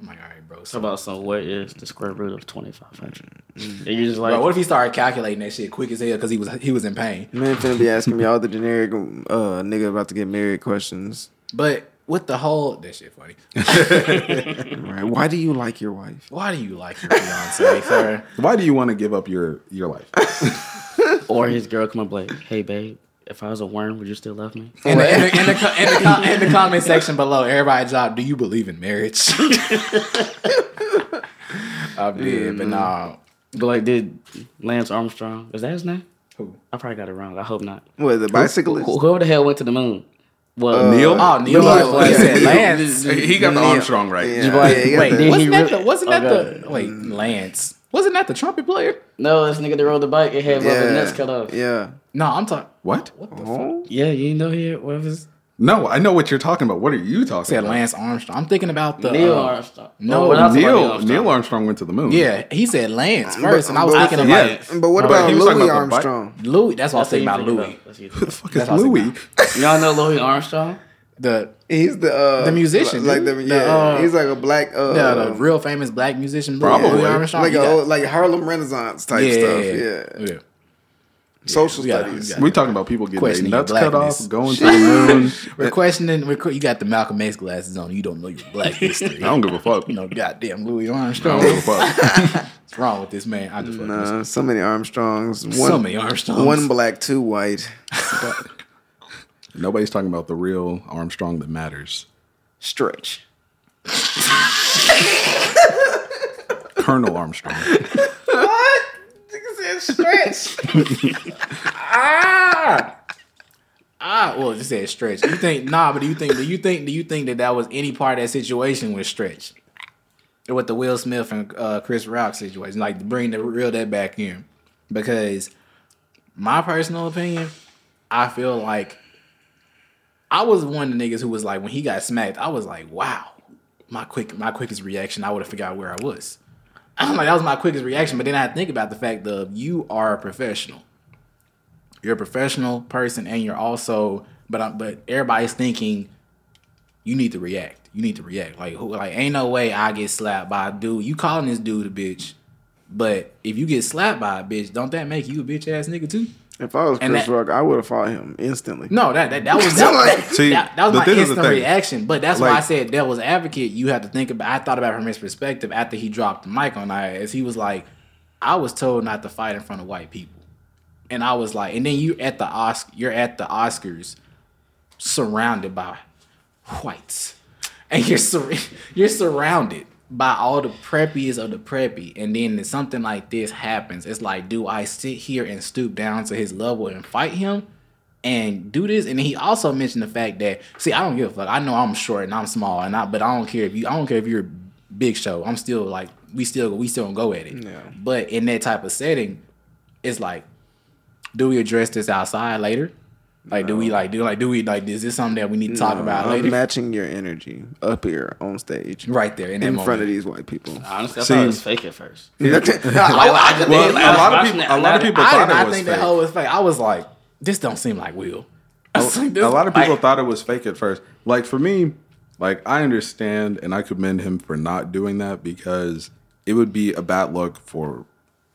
Speaker 1: I'm like, all right, bro.
Speaker 4: How
Speaker 1: So,
Speaker 4: about some? What is the square root of twenty five hundred? And you just like,
Speaker 1: bro, what if he started calculating that shit quick as hell because he was he was in pain?
Speaker 3: Man, finna be asking me all the generic uh, nigga about to get married questions.
Speaker 1: But with the whole that shit funny.
Speaker 3: Right? Why do you like your wife?
Speaker 1: Why do you like your fiance, sir?
Speaker 2: Why do you want to give up your your life?
Speaker 4: or his girl come up like, hey babe, if I was a worm, would you still love me?
Speaker 1: In the, in, the, in, the, co- in, the, com- in the comment section below, everybody drop, do you believe in marriage? I did, but nah.
Speaker 4: But like, did Lance Armstrong? Is that his name?
Speaker 1: Who?
Speaker 4: I probably got it wrong. I hope not.
Speaker 3: What the bicyclist?
Speaker 4: Who- Whoever the hell went to the moon? Well,
Speaker 2: Uh, Neil?
Speaker 1: Oh, Neil.
Speaker 3: Lance.
Speaker 1: Well, he said Lance.
Speaker 2: he got the Armstrong right.
Speaker 3: Yeah,
Speaker 4: like,
Speaker 3: yeah, you got
Speaker 4: wait,
Speaker 3: that.
Speaker 4: did-
Speaker 1: Wasn't
Speaker 4: he
Speaker 1: that
Speaker 4: really-
Speaker 1: the, wasn't that
Speaker 4: Okay.
Speaker 1: the, wait, Lance. Wasn't that the trumpet player?
Speaker 4: No, this nigga that rode the bike, it had one of his nuts cut off. Yeah,
Speaker 3: Yeah.
Speaker 1: No, I'm talking,
Speaker 2: What?
Speaker 1: what the fuck?
Speaker 3: Oh,
Speaker 4: you didn't know he had one of his
Speaker 2: No, I know what you're talking about. What are you talking
Speaker 1: Said
Speaker 2: about?
Speaker 1: Lance Armstrong. I'm thinking about the,
Speaker 4: Neil
Speaker 1: uh,
Speaker 4: Armstrong.
Speaker 1: no,
Speaker 4: Oh, but I was talking about
Speaker 2: Neil Neil Armstrong went to the moon.
Speaker 1: yeah, he said Lance first, and I was
Speaker 3: but-
Speaker 1: thinking about
Speaker 2: yeah.
Speaker 3: but what
Speaker 4: But
Speaker 3: about
Speaker 2: he was talking
Speaker 3: Louis
Speaker 2: about the bi-
Speaker 3: Armstrong?
Speaker 1: Louis. That's what I was
Speaker 4: That's
Speaker 1: thinking
Speaker 4: what you
Speaker 1: about
Speaker 4: think
Speaker 1: Louis.
Speaker 4: about. That's what you
Speaker 2: Who the
Speaker 4: think
Speaker 2: fuck
Speaker 1: That's
Speaker 2: is
Speaker 1: all I was
Speaker 2: Louis?
Speaker 1: thinking
Speaker 4: about. Y'all know Louis Armstrong?
Speaker 1: The
Speaker 3: He's the uh,
Speaker 1: The musician,
Speaker 3: like
Speaker 1: dude.
Speaker 3: the
Speaker 1: The,
Speaker 3: yeah.
Speaker 1: uh,
Speaker 3: he's like a black uh,
Speaker 1: the, the real famous black musician, Louis-
Speaker 2: Probably.
Speaker 1: Louis Armstrong.
Speaker 3: like
Speaker 1: You
Speaker 3: a
Speaker 1: got-
Speaker 3: old, like Harlem Renaissance type stuff. Yeah,
Speaker 1: yeah.
Speaker 3: social
Speaker 1: we got it,
Speaker 3: studies.
Speaker 1: we got
Speaker 2: We're talking about people getting their
Speaker 1: Questioning
Speaker 2: nuts cut
Speaker 1: blackness.
Speaker 2: off, going to the moon.
Speaker 1: We're questioning. We're, que- you got the Malcolm X glasses on. You don't know your black history.
Speaker 2: I don't give a fuck.
Speaker 1: You know, goddamn Louis
Speaker 2: I
Speaker 1: Armstrong.
Speaker 2: don't give a fuck.
Speaker 1: What's wrong with this man? I just fucking with
Speaker 3: Nah, so many Armstrongs. One,
Speaker 1: so many Armstrongs.
Speaker 3: One black, two white.
Speaker 2: Nobody's talking about the real Armstrong that matters.
Speaker 3: Stretch.
Speaker 2: Colonel Armstrong.
Speaker 3: Nigga said stretch.
Speaker 1: ah, ah. Well, just said stretch. You think nah, but do you think do you think do you think that that was any part of that situation with stretch, with the Will Smith and uh, Chris Rock situation, like to bring the reel that back in, because my personal opinion, I feel like I was one of the niggas who was like when he got smacked, I was like, wow, my quick my quickest reaction, I would have figured out where I was. I'm like, that was my quickest reaction. But then I had to think about the fact of you are a professional. You're a professional person, and you're also, but I, but everybody's thinking you need to react. You need to react. Like who? Like ain't no way I get slapped by a dude. You calling this dude a bitch, but if you get slapped by a bitch, don't that make you a bitch ass nigga too?
Speaker 6: If I was
Speaker 1: And
Speaker 6: Chris
Speaker 1: that-
Speaker 6: Rock, I would have fought him instantly.
Speaker 1: No, that that, that was that, that,
Speaker 2: See,
Speaker 1: that- that was
Speaker 2: but
Speaker 1: my
Speaker 2: this is the
Speaker 1: instant
Speaker 2: thing.
Speaker 1: reaction. But that's why I
Speaker 2: Like-
Speaker 1: said devil's advocate. You have to think about. I thought about it from his perspective after he dropped the mic on I as he was like, I was told not to fight in front of white people, and I was like, and then you at the Osc, you're at the Oscars, surrounded by whites, and you're sur- you're surrounded by all the preppiest of the preppy, and then if something like this happens, it's like, do I sit here and stoop down to his level and fight him? and do this. And he also mentioned the fact that see, I don't give a fuck. I know I'm short and I'm small, and I but I don't care if you. I don't care if you're big show. I'm still like we still we still gonna go at it. But in that type of setting, it's like, do we address this outside later? Like, do we like do like do we like is this something that we need to talk about
Speaker 6: I'm
Speaker 1: later?
Speaker 6: matching your energy up here on stage,
Speaker 1: right there in that
Speaker 6: in
Speaker 1: moment.
Speaker 6: front of these white people.
Speaker 4: Honestly, I thought it was
Speaker 2: See-
Speaker 4: fake at first.
Speaker 6: I
Speaker 4: I just
Speaker 2: Well,
Speaker 4: did, like, I
Speaker 2: a lot
Speaker 4: was
Speaker 2: of
Speaker 4: watching
Speaker 2: people,
Speaker 4: that,
Speaker 2: a lot of
Speaker 4: like,
Speaker 2: people
Speaker 1: I
Speaker 2: thought
Speaker 1: did
Speaker 2: it
Speaker 1: not
Speaker 2: was
Speaker 1: think
Speaker 2: fake.
Speaker 1: that whole was fake. I was like, this don't seem like Will. I was like, this-
Speaker 2: a lot of people
Speaker 1: like,
Speaker 2: thought it was fake at first. Like for me, like I understand and I commend him for not doing that because it would be a bad look for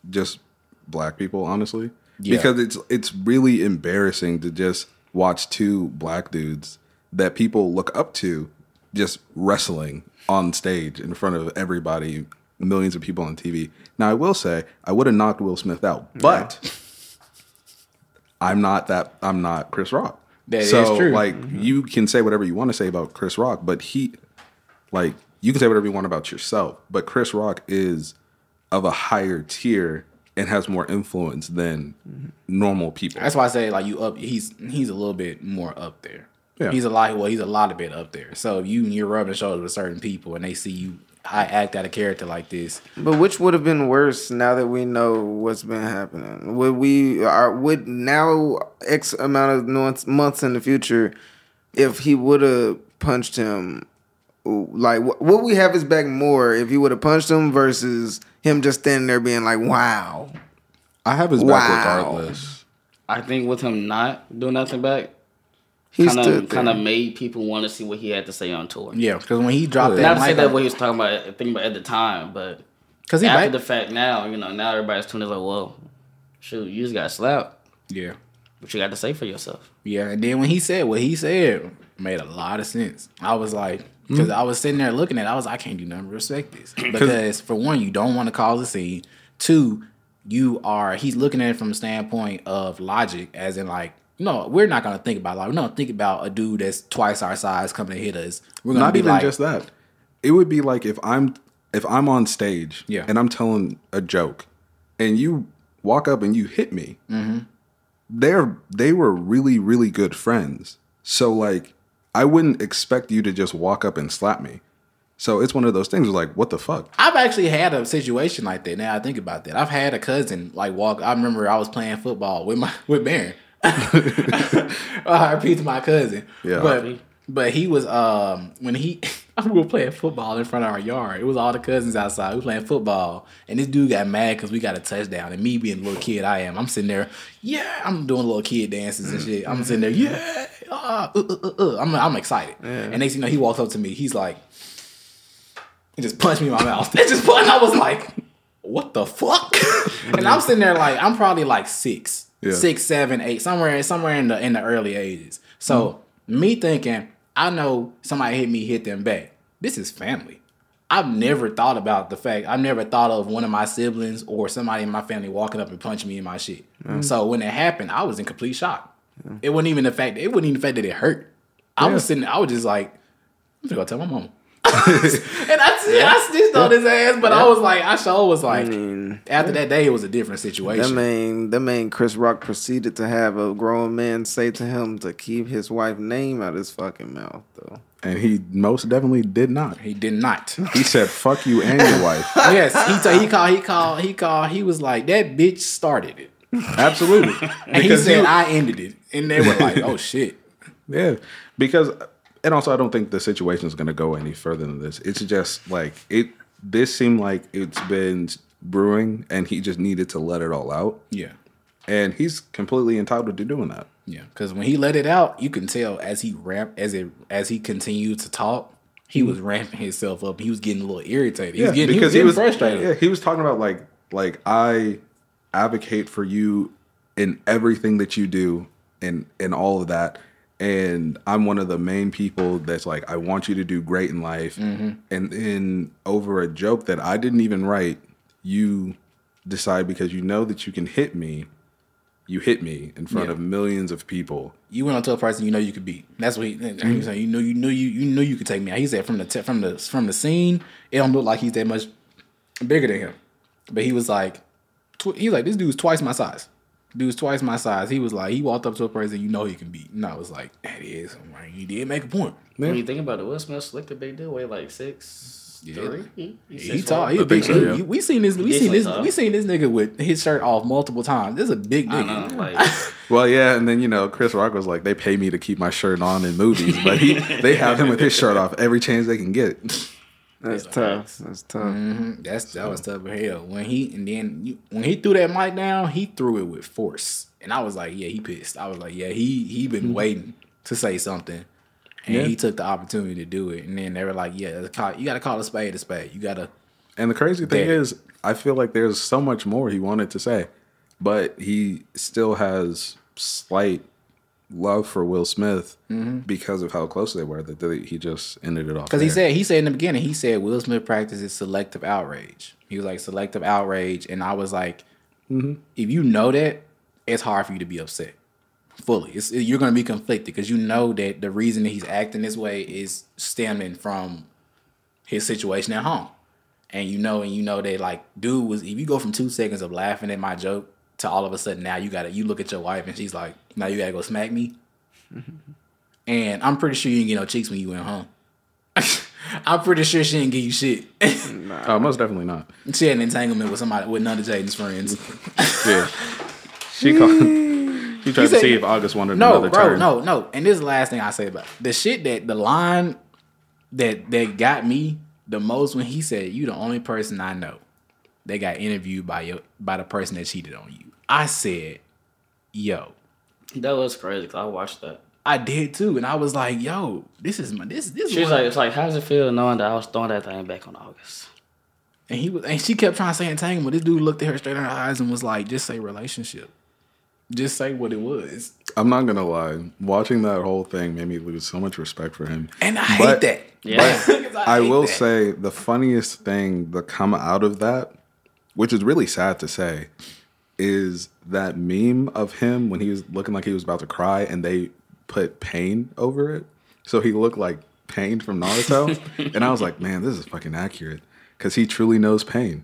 Speaker 2: just black people, honestly.
Speaker 1: Yeah.
Speaker 2: Because it's it's really embarrassing to just watch two black dudes that people look up to just wrestling on stage in front of everybody, millions of people on TV. Now I will say I would have knocked Will Smith out, but I'm not that I'm not Chris Rock.
Speaker 1: That
Speaker 2: That
Speaker 1: is
Speaker 2: is so,
Speaker 1: true. Mm-hmm.
Speaker 2: Like you can say whatever you want to say about Chris Rock, but he like you can say whatever you want about yourself, but Chris Rock is of a higher tier and has more influence than normal people.
Speaker 1: That's why I say like you up. He's he's a little bit more up there.
Speaker 2: Yeah.
Speaker 1: He's a lot. Well, he's a lot of bit up there. So if you you're rubbing shoulders with certain people, and they see you I act out of character like this.
Speaker 6: But which would have been worse now that
Speaker 3: we know what's been happening. Would we are would now X amount of months months in the future, if he would have punched him, like wh- would we have his back more if he would have punched him versus him just standing there being like, "Wow,
Speaker 2: I have his
Speaker 3: Wow.
Speaker 2: back regardless.
Speaker 4: I think with him not doing nothing back,
Speaker 3: he
Speaker 4: kind of
Speaker 3: stood
Speaker 4: kind
Speaker 3: there."
Speaker 4: of made people want to see what he had to say on tour.
Speaker 1: Yeah, because when he dropped
Speaker 4: Not
Speaker 1: that
Speaker 4: to say that what
Speaker 1: mic,
Speaker 4: he was talking about, thinking about at the time, but
Speaker 1: because he
Speaker 4: after
Speaker 1: back,
Speaker 4: the fact, now you know, now everybody's tuned in like, "Whoa, shoot, you just got slapped."
Speaker 1: yeah,
Speaker 4: What you got to say for yourself?
Speaker 1: yeah. And then when he said what he said, made a lot of sense. I was like,
Speaker 2: Mm.
Speaker 1: because I was sitting there looking at, it, I was like, I can't do nothing to respect this because for one, you don't want to cause a scene. Two, you are he's looking at it from a standpoint of logic, as in like. No, we're not gonna think about like we're not gonna think about a dude that's twice our size coming to hit us. We're gonna
Speaker 2: Not
Speaker 1: be
Speaker 2: even
Speaker 1: like,
Speaker 2: just that. It would be like if I'm if I'm on stage
Speaker 1: Yeah.
Speaker 2: and I'm telling a joke and you walk up and you hit me.
Speaker 1: Mm-hmm.
Speaker 2: They're they were really really good friends. So like I wouldn't expect you to just walk up and slap me. So it's one of those things like what the fuck?
Speaker 1: I've actually had a situation like that. Now I think about that. I've had a cousin like walk. I remember I was playing football with my with Baron. RP to my cousin.
Speaker 2: Yeah.
Speaker 1: But but he was um when he we were playing football in front of our yard. It was all the cousins outside. We were playing football, and this dude got mad because we got a touchdown. And me being a little kid, I am. I'm sitting there, yeah. I'm doing little kid dances and shit. I'm sitting there, yeah. ah, uh, uh, uh, uh. I'm I'm excited. And next thing you know, he walks up to me. He's like, and just punched me in my mouth. It just punched. I was like, what the fuck? and I'm sitting there like I'm probably like six,
Speaker 2: Yeah.
Speaker 1: six, seven, eight, somewhere, somewhere in the in the early ages. So me thinking, I know somebody hit me, hit them back. This is family. I've never thought about the fact. I've never thought of one of my siblings or somebody in my family walking up and punching me in my shit. So when it happened, I was in complete shock. It wasn't even the fact. It wasn't even the fact that it hurt. I was sitting. I was just like, I'm just gonna tell my mom. and I, see, I snitched on his ass, but I was like, I sure was
Speaker 6: I
Speaker 1: like,
Speaker 2: Mm.
Speaker 6: mean,
Speaker 1: after that day, it was a different
Speaker 6: that
Speaker 1: situation.
Speaker 6: man, that man, Chris Rock proceeded to have a grown man say to him to keep his wife's name out his fucking mouth, though.
Speaker 2: and he most definitely did not.
Speaker 1: he did not.
Speaker 2: He said, "Fuck you and your wife."
Speaker 1: yes, he t- he called, he called, he called. He was like, that bitch started it,
Speaker 2: Absolutely.
Speaker 1: and
Speaker 2: Because
Speaker 1: he said,
Speaker 2: you-
Speaker 1: I ended it, and they were like, oh shit.
Speaker 2: Yeah, because and also I don't think the situation is going to go any further than this. It's just like it. This seemed like it's been brewing, and he just needed to let it all out.
Speaker 1: Yeah,
Speaker 2: And he's completely entitled to doing that.
Speaker 1: yeah. Because when he let it out, you can tell as he ramp as it as he continued to talk, he was ramping himself up. He was getting a little irritated. He was getting
Speaker 2: because
Speaker 1: he was, getting frustrated.
Speaker 2: Yeah, he was talking about like like I advocate for you in everything that you do and and all of that. And I'm one of the main people that's like, I want you to do great in life.
Speaker 1: Mm-hmm.
Speaker 2: And then over a joke that I didn't even write, you decide because you know that you can hit me, you hit me in front of millions of people.
Speaker 1: you went on to a person you know you could beat. That's what he, he was saying. You know, you knew you you knew you could take me out. He said from the te- from the from the scene, it don't look like he's that much bigger than him. But he was like, tw- he was like, this dude's twice my size. Dude's twice my size. He was like, he walked up to a person you know he can beat. And I was like, that is, I'm like, he did make a point.
Speaker 4: When you think about it, Will Smith slick a big deal, weigh like six, three.
Speaker 1: He tall. He a
Speaker 2: I think
Speaker 1: big.
Speaker 2: so, yeah.
Speaker 1: he- we seen this. We
Speaker 4: He's
Speaker 1: seen this.
Speaker 4: tall.
Speaker 1: We seen this nigga with his shirt off multiple times. This is a big
Speaker 4: I don't
Speaker 1: nigga.
Speaker 4: know, like
Speaker 2: Well, yeah, and then you know Chris Rock was like, they pay me to keep my shirt on in movies, but he they have him with his shirt off every chance they can get.
Speaker 6: That's tough. That's tough.
Speaker 1: Mhm. That's that was tough as hell. When he and then you, when he threw that mic down, he threw it with force, and I was like, yeah, he pissed. I was like, yeah, he he been waiting to say something, and
Speaker 2: Mm-hmm. Yeah.
Speaker 1: he took the opportunity to do it. And then they were like, yeah, it's called- you got to call a spade a spade. You got to
Speaker 2: And the crazy thing
Speaker 1: Yeah.
Speaker 2: is, I feel like there's so much more he wanted to say, but he still has slight love for Will Smith because of how close they were. That they, he just ended it off
Speaker 1: because Mm-hmm. he
Speaker 2: there.
Speaker 1: said he said in the beginning he said Will Smith practices selective outrage. He was like selective outrage, and I was like, if you know that, it's hard for you to be upset. fully. It's, it- you're going to be conflicted because you know that the reason that he's acting this way is stemming from his situation at home, and you know, and you know that like, dude was if you go from two seconds of laughing at my joke to all of a sudden now you got to you look at your wife and she's like, now you got to go smack me, and I'm pretty sure you didn't get no cheeks when you went home. I'm pretty sure she didn't give you shit.
Speaker 2: "Oh, most definitely not."
Speaker 1: she had an entanglement with somebody with none of Jaden's friends.
Speaker 2: Yeah, she called. She tried
Speaker 1: said-
Speaker 2: to see if August wanted
Speaker 1: No,
Speaker 2: another
Speaker 1: bro,
Speaker 2: turn.
Speaker 1: no, no. And this is the last thing I say about it. the shit that the line that that got me the most when he said, "You the only person I know that got interviewed by your by the person that cheated on you." I said, "Yo,
Speaker 4: that was crazy. 'cause I watched that.
Speaker 1: I did too," and I was like, "Yo, this is my this this."
Speaker 4: She was
Speaker 1: one-
Speaker 4: like, "It's like, how does it feel knowing that I was throwing that thing back on August?"
Speaker 1: and he was, and she kept trying to say entanglement. This dude looked at her straight in her eyes and was like, "Just say relationship." Just say what it was,
Speaker 2: I'm not gonna lie. Watching that whole thing made me lose so much respect for him.
Speaker 1: and I hate
Speaker 2: But-
Speaker 1: that.
Speaker 4: Yeah,
Speaker 2: I,
Speaker 1: hate
Speaker 2: will
Speaker 1: that.
Speaker 2: say the funniest thing that come out of that, which is really sad to say, is that meme of him when he was looking like he was about to cry and they put pain over it. So he looked like pain from Naruto. and I was like, man, this is fucking accurate. Cause he truly knows pain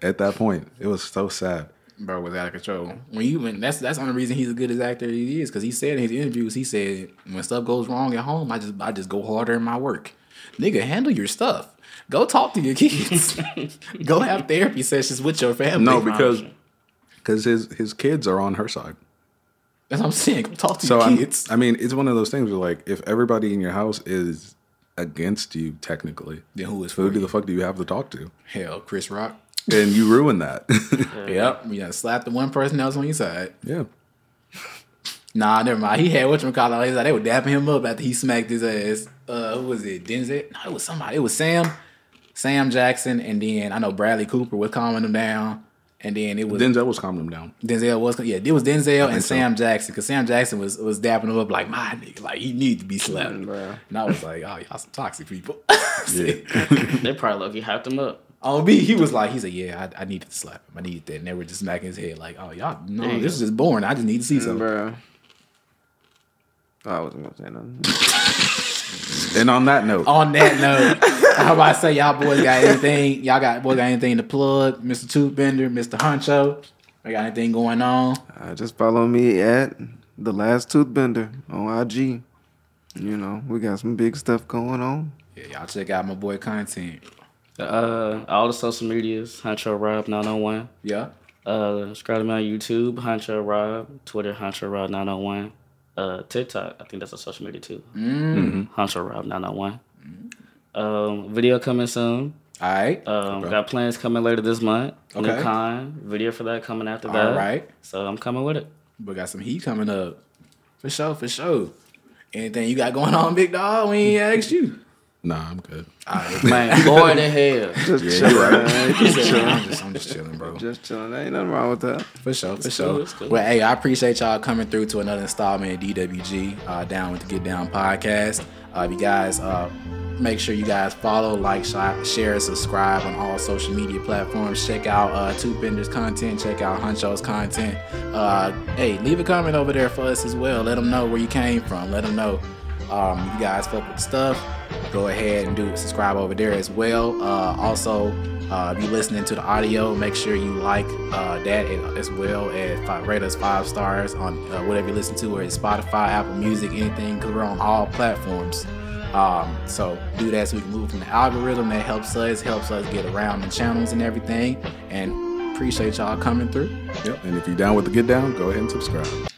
Speaker 2: at that point. It was so sad.
Speaker 1: bro was out of control. When you when that's that's the only reason he's as good as actor he is because he said in his interviews he said when stuff goes wrong at home I just I just go harder in my work. Nigga, handle your stuff. Go talk to your kids. go have therapy sessions with your family.
Speaker 2: No, because because his his kids are on her side.
Speaker 1: that's what I'm saying. Go talk to
Speaker 2: So
Speaker 1: your
Speaker 2: I'm-
Speaker 1: kids.
Speaker 2: I mean, it's one of those things where like if everybody in your house is against you technically,
Speaker 1: Then who is for
Speaker 2: who
Speaker 1: you?
Speaker 2: the fuck do you have to talk to?
Speaker 1: Hell, Chris Rock.
Speaker 2: And you ruin that.
Speaker 1: Yep. You gotta slap the one person else on your side.
Speaker 2: yeah.
Speaker 1: Nah, never mind. He had whatchamacallit on his eye. They were dapping him up after he smacked his ass. Uh, who was it? Denzel? No, it was somebody. It was Sam. Sam Jackson. And then I know Bradley Cooper was calming him down. And then it was
Speaker 2: Denzel was calming him down.
Speaker 1: Denzel was yeah, it was Denzel and
Speaker 2: so.
Speaker 1: Sam Jackson. Cause Sam Jackson was was dapping him up like my nigga. Like he needs to be slapped. And I was like, Oh, y'all some toxic people.
Speaker 4: they probably low key hyped him up.
Speaker 1: On me, he was like, he said, Yeah, I, I needed to slap him. I needed that. And they were just smacking his head, like, oh y'all no,
Speaker 4: There you
Speaker 1: this
Speaker 4: go.
Speaker 1: is just boring. I just need to see something.
Speaker 6: Bruh. I wasn't gonna say nothing.
Speaker 2: And on that note,
Speaker 1: On that note, I'm about to say y'all boys got anything? Y'all got boys got anything to plug? Mr. Toothbender, Mr. Huncho, they got anything going on?
Speaker 6: Uh, just follow me at the last toothbender on IG. You know, we got some big stuff going on.
Speaker 1: Yeah, y'all check out my boy content.
Speaker 4: Uh, all the social medias, Huncho Rob 901.
Speaker 1: Yeah,
Speaker 4: Uh, subscribe to me on YouTube, Huncho Rob. Twitter, Huncho Rob 901. Uh, TikTok, I think that's a social media too. Mm. Huncho Rob 901.
Speaker 1: Mm.
Speaker 4: Um, video coming soon.
Speaker 1: all
Speaker 6: Uh,
Speaker 1: right,
Speaker 4: Um, Got plans coming later this month.
Speaker 1: Okay.
Speaker 4: New con video for that coming after
Speaker 6: uh.
Speaker 4: that.
Speaker 1: all right.
Speaker 4: So I'm coming with it.
Speaker 1: But got some heat coming up for sure, for sure. Anything you got going on, big dog? We ain't asked you.
Speaker 2: Nah, I'm good.
Speaker 4: Man, Lord in hell.
Speaker 6: Just chilling, man. Just chilling.
Speaker 1: I'm just, I'm just chilling, bro.
Speaker 6: Just chilling. Ain't nothing wrong with that.
Speaker 1: For sure, for
Speaker 4: cool,
Speaker 1: sure.
Speaker 4: it's cool.
Speaker 1: Well, hey, I appreciate y'all coming through to another installment of DWG, uh, Down with the Get Down podcast. Uh, you guys, uh, make sure you guys follow, like, shi- share, subscribe on all social media platforms. Check out uh, Two Bender's content. Check out Huncho's content. Uh, hey, leave a comment over there for us as well. Let them know where you came from. Let them know um, you guys fuck with the stuff go ahead and do subscribe over there as well. Uh, also, uh, if you're listening to the audio, make sure you like uh, that and- as well as fi- rate us five stars on uh, whatever you listen to, or it's Spotify, Apple Music, anything, because we're on all platforms. Um, so do that so we can move from the algorithm that helps us, helps us get around the channels and everything. And appreciate y'all coming through.
Speaker 2: Yep. And if you're down with the get down, go ahead and subscribe.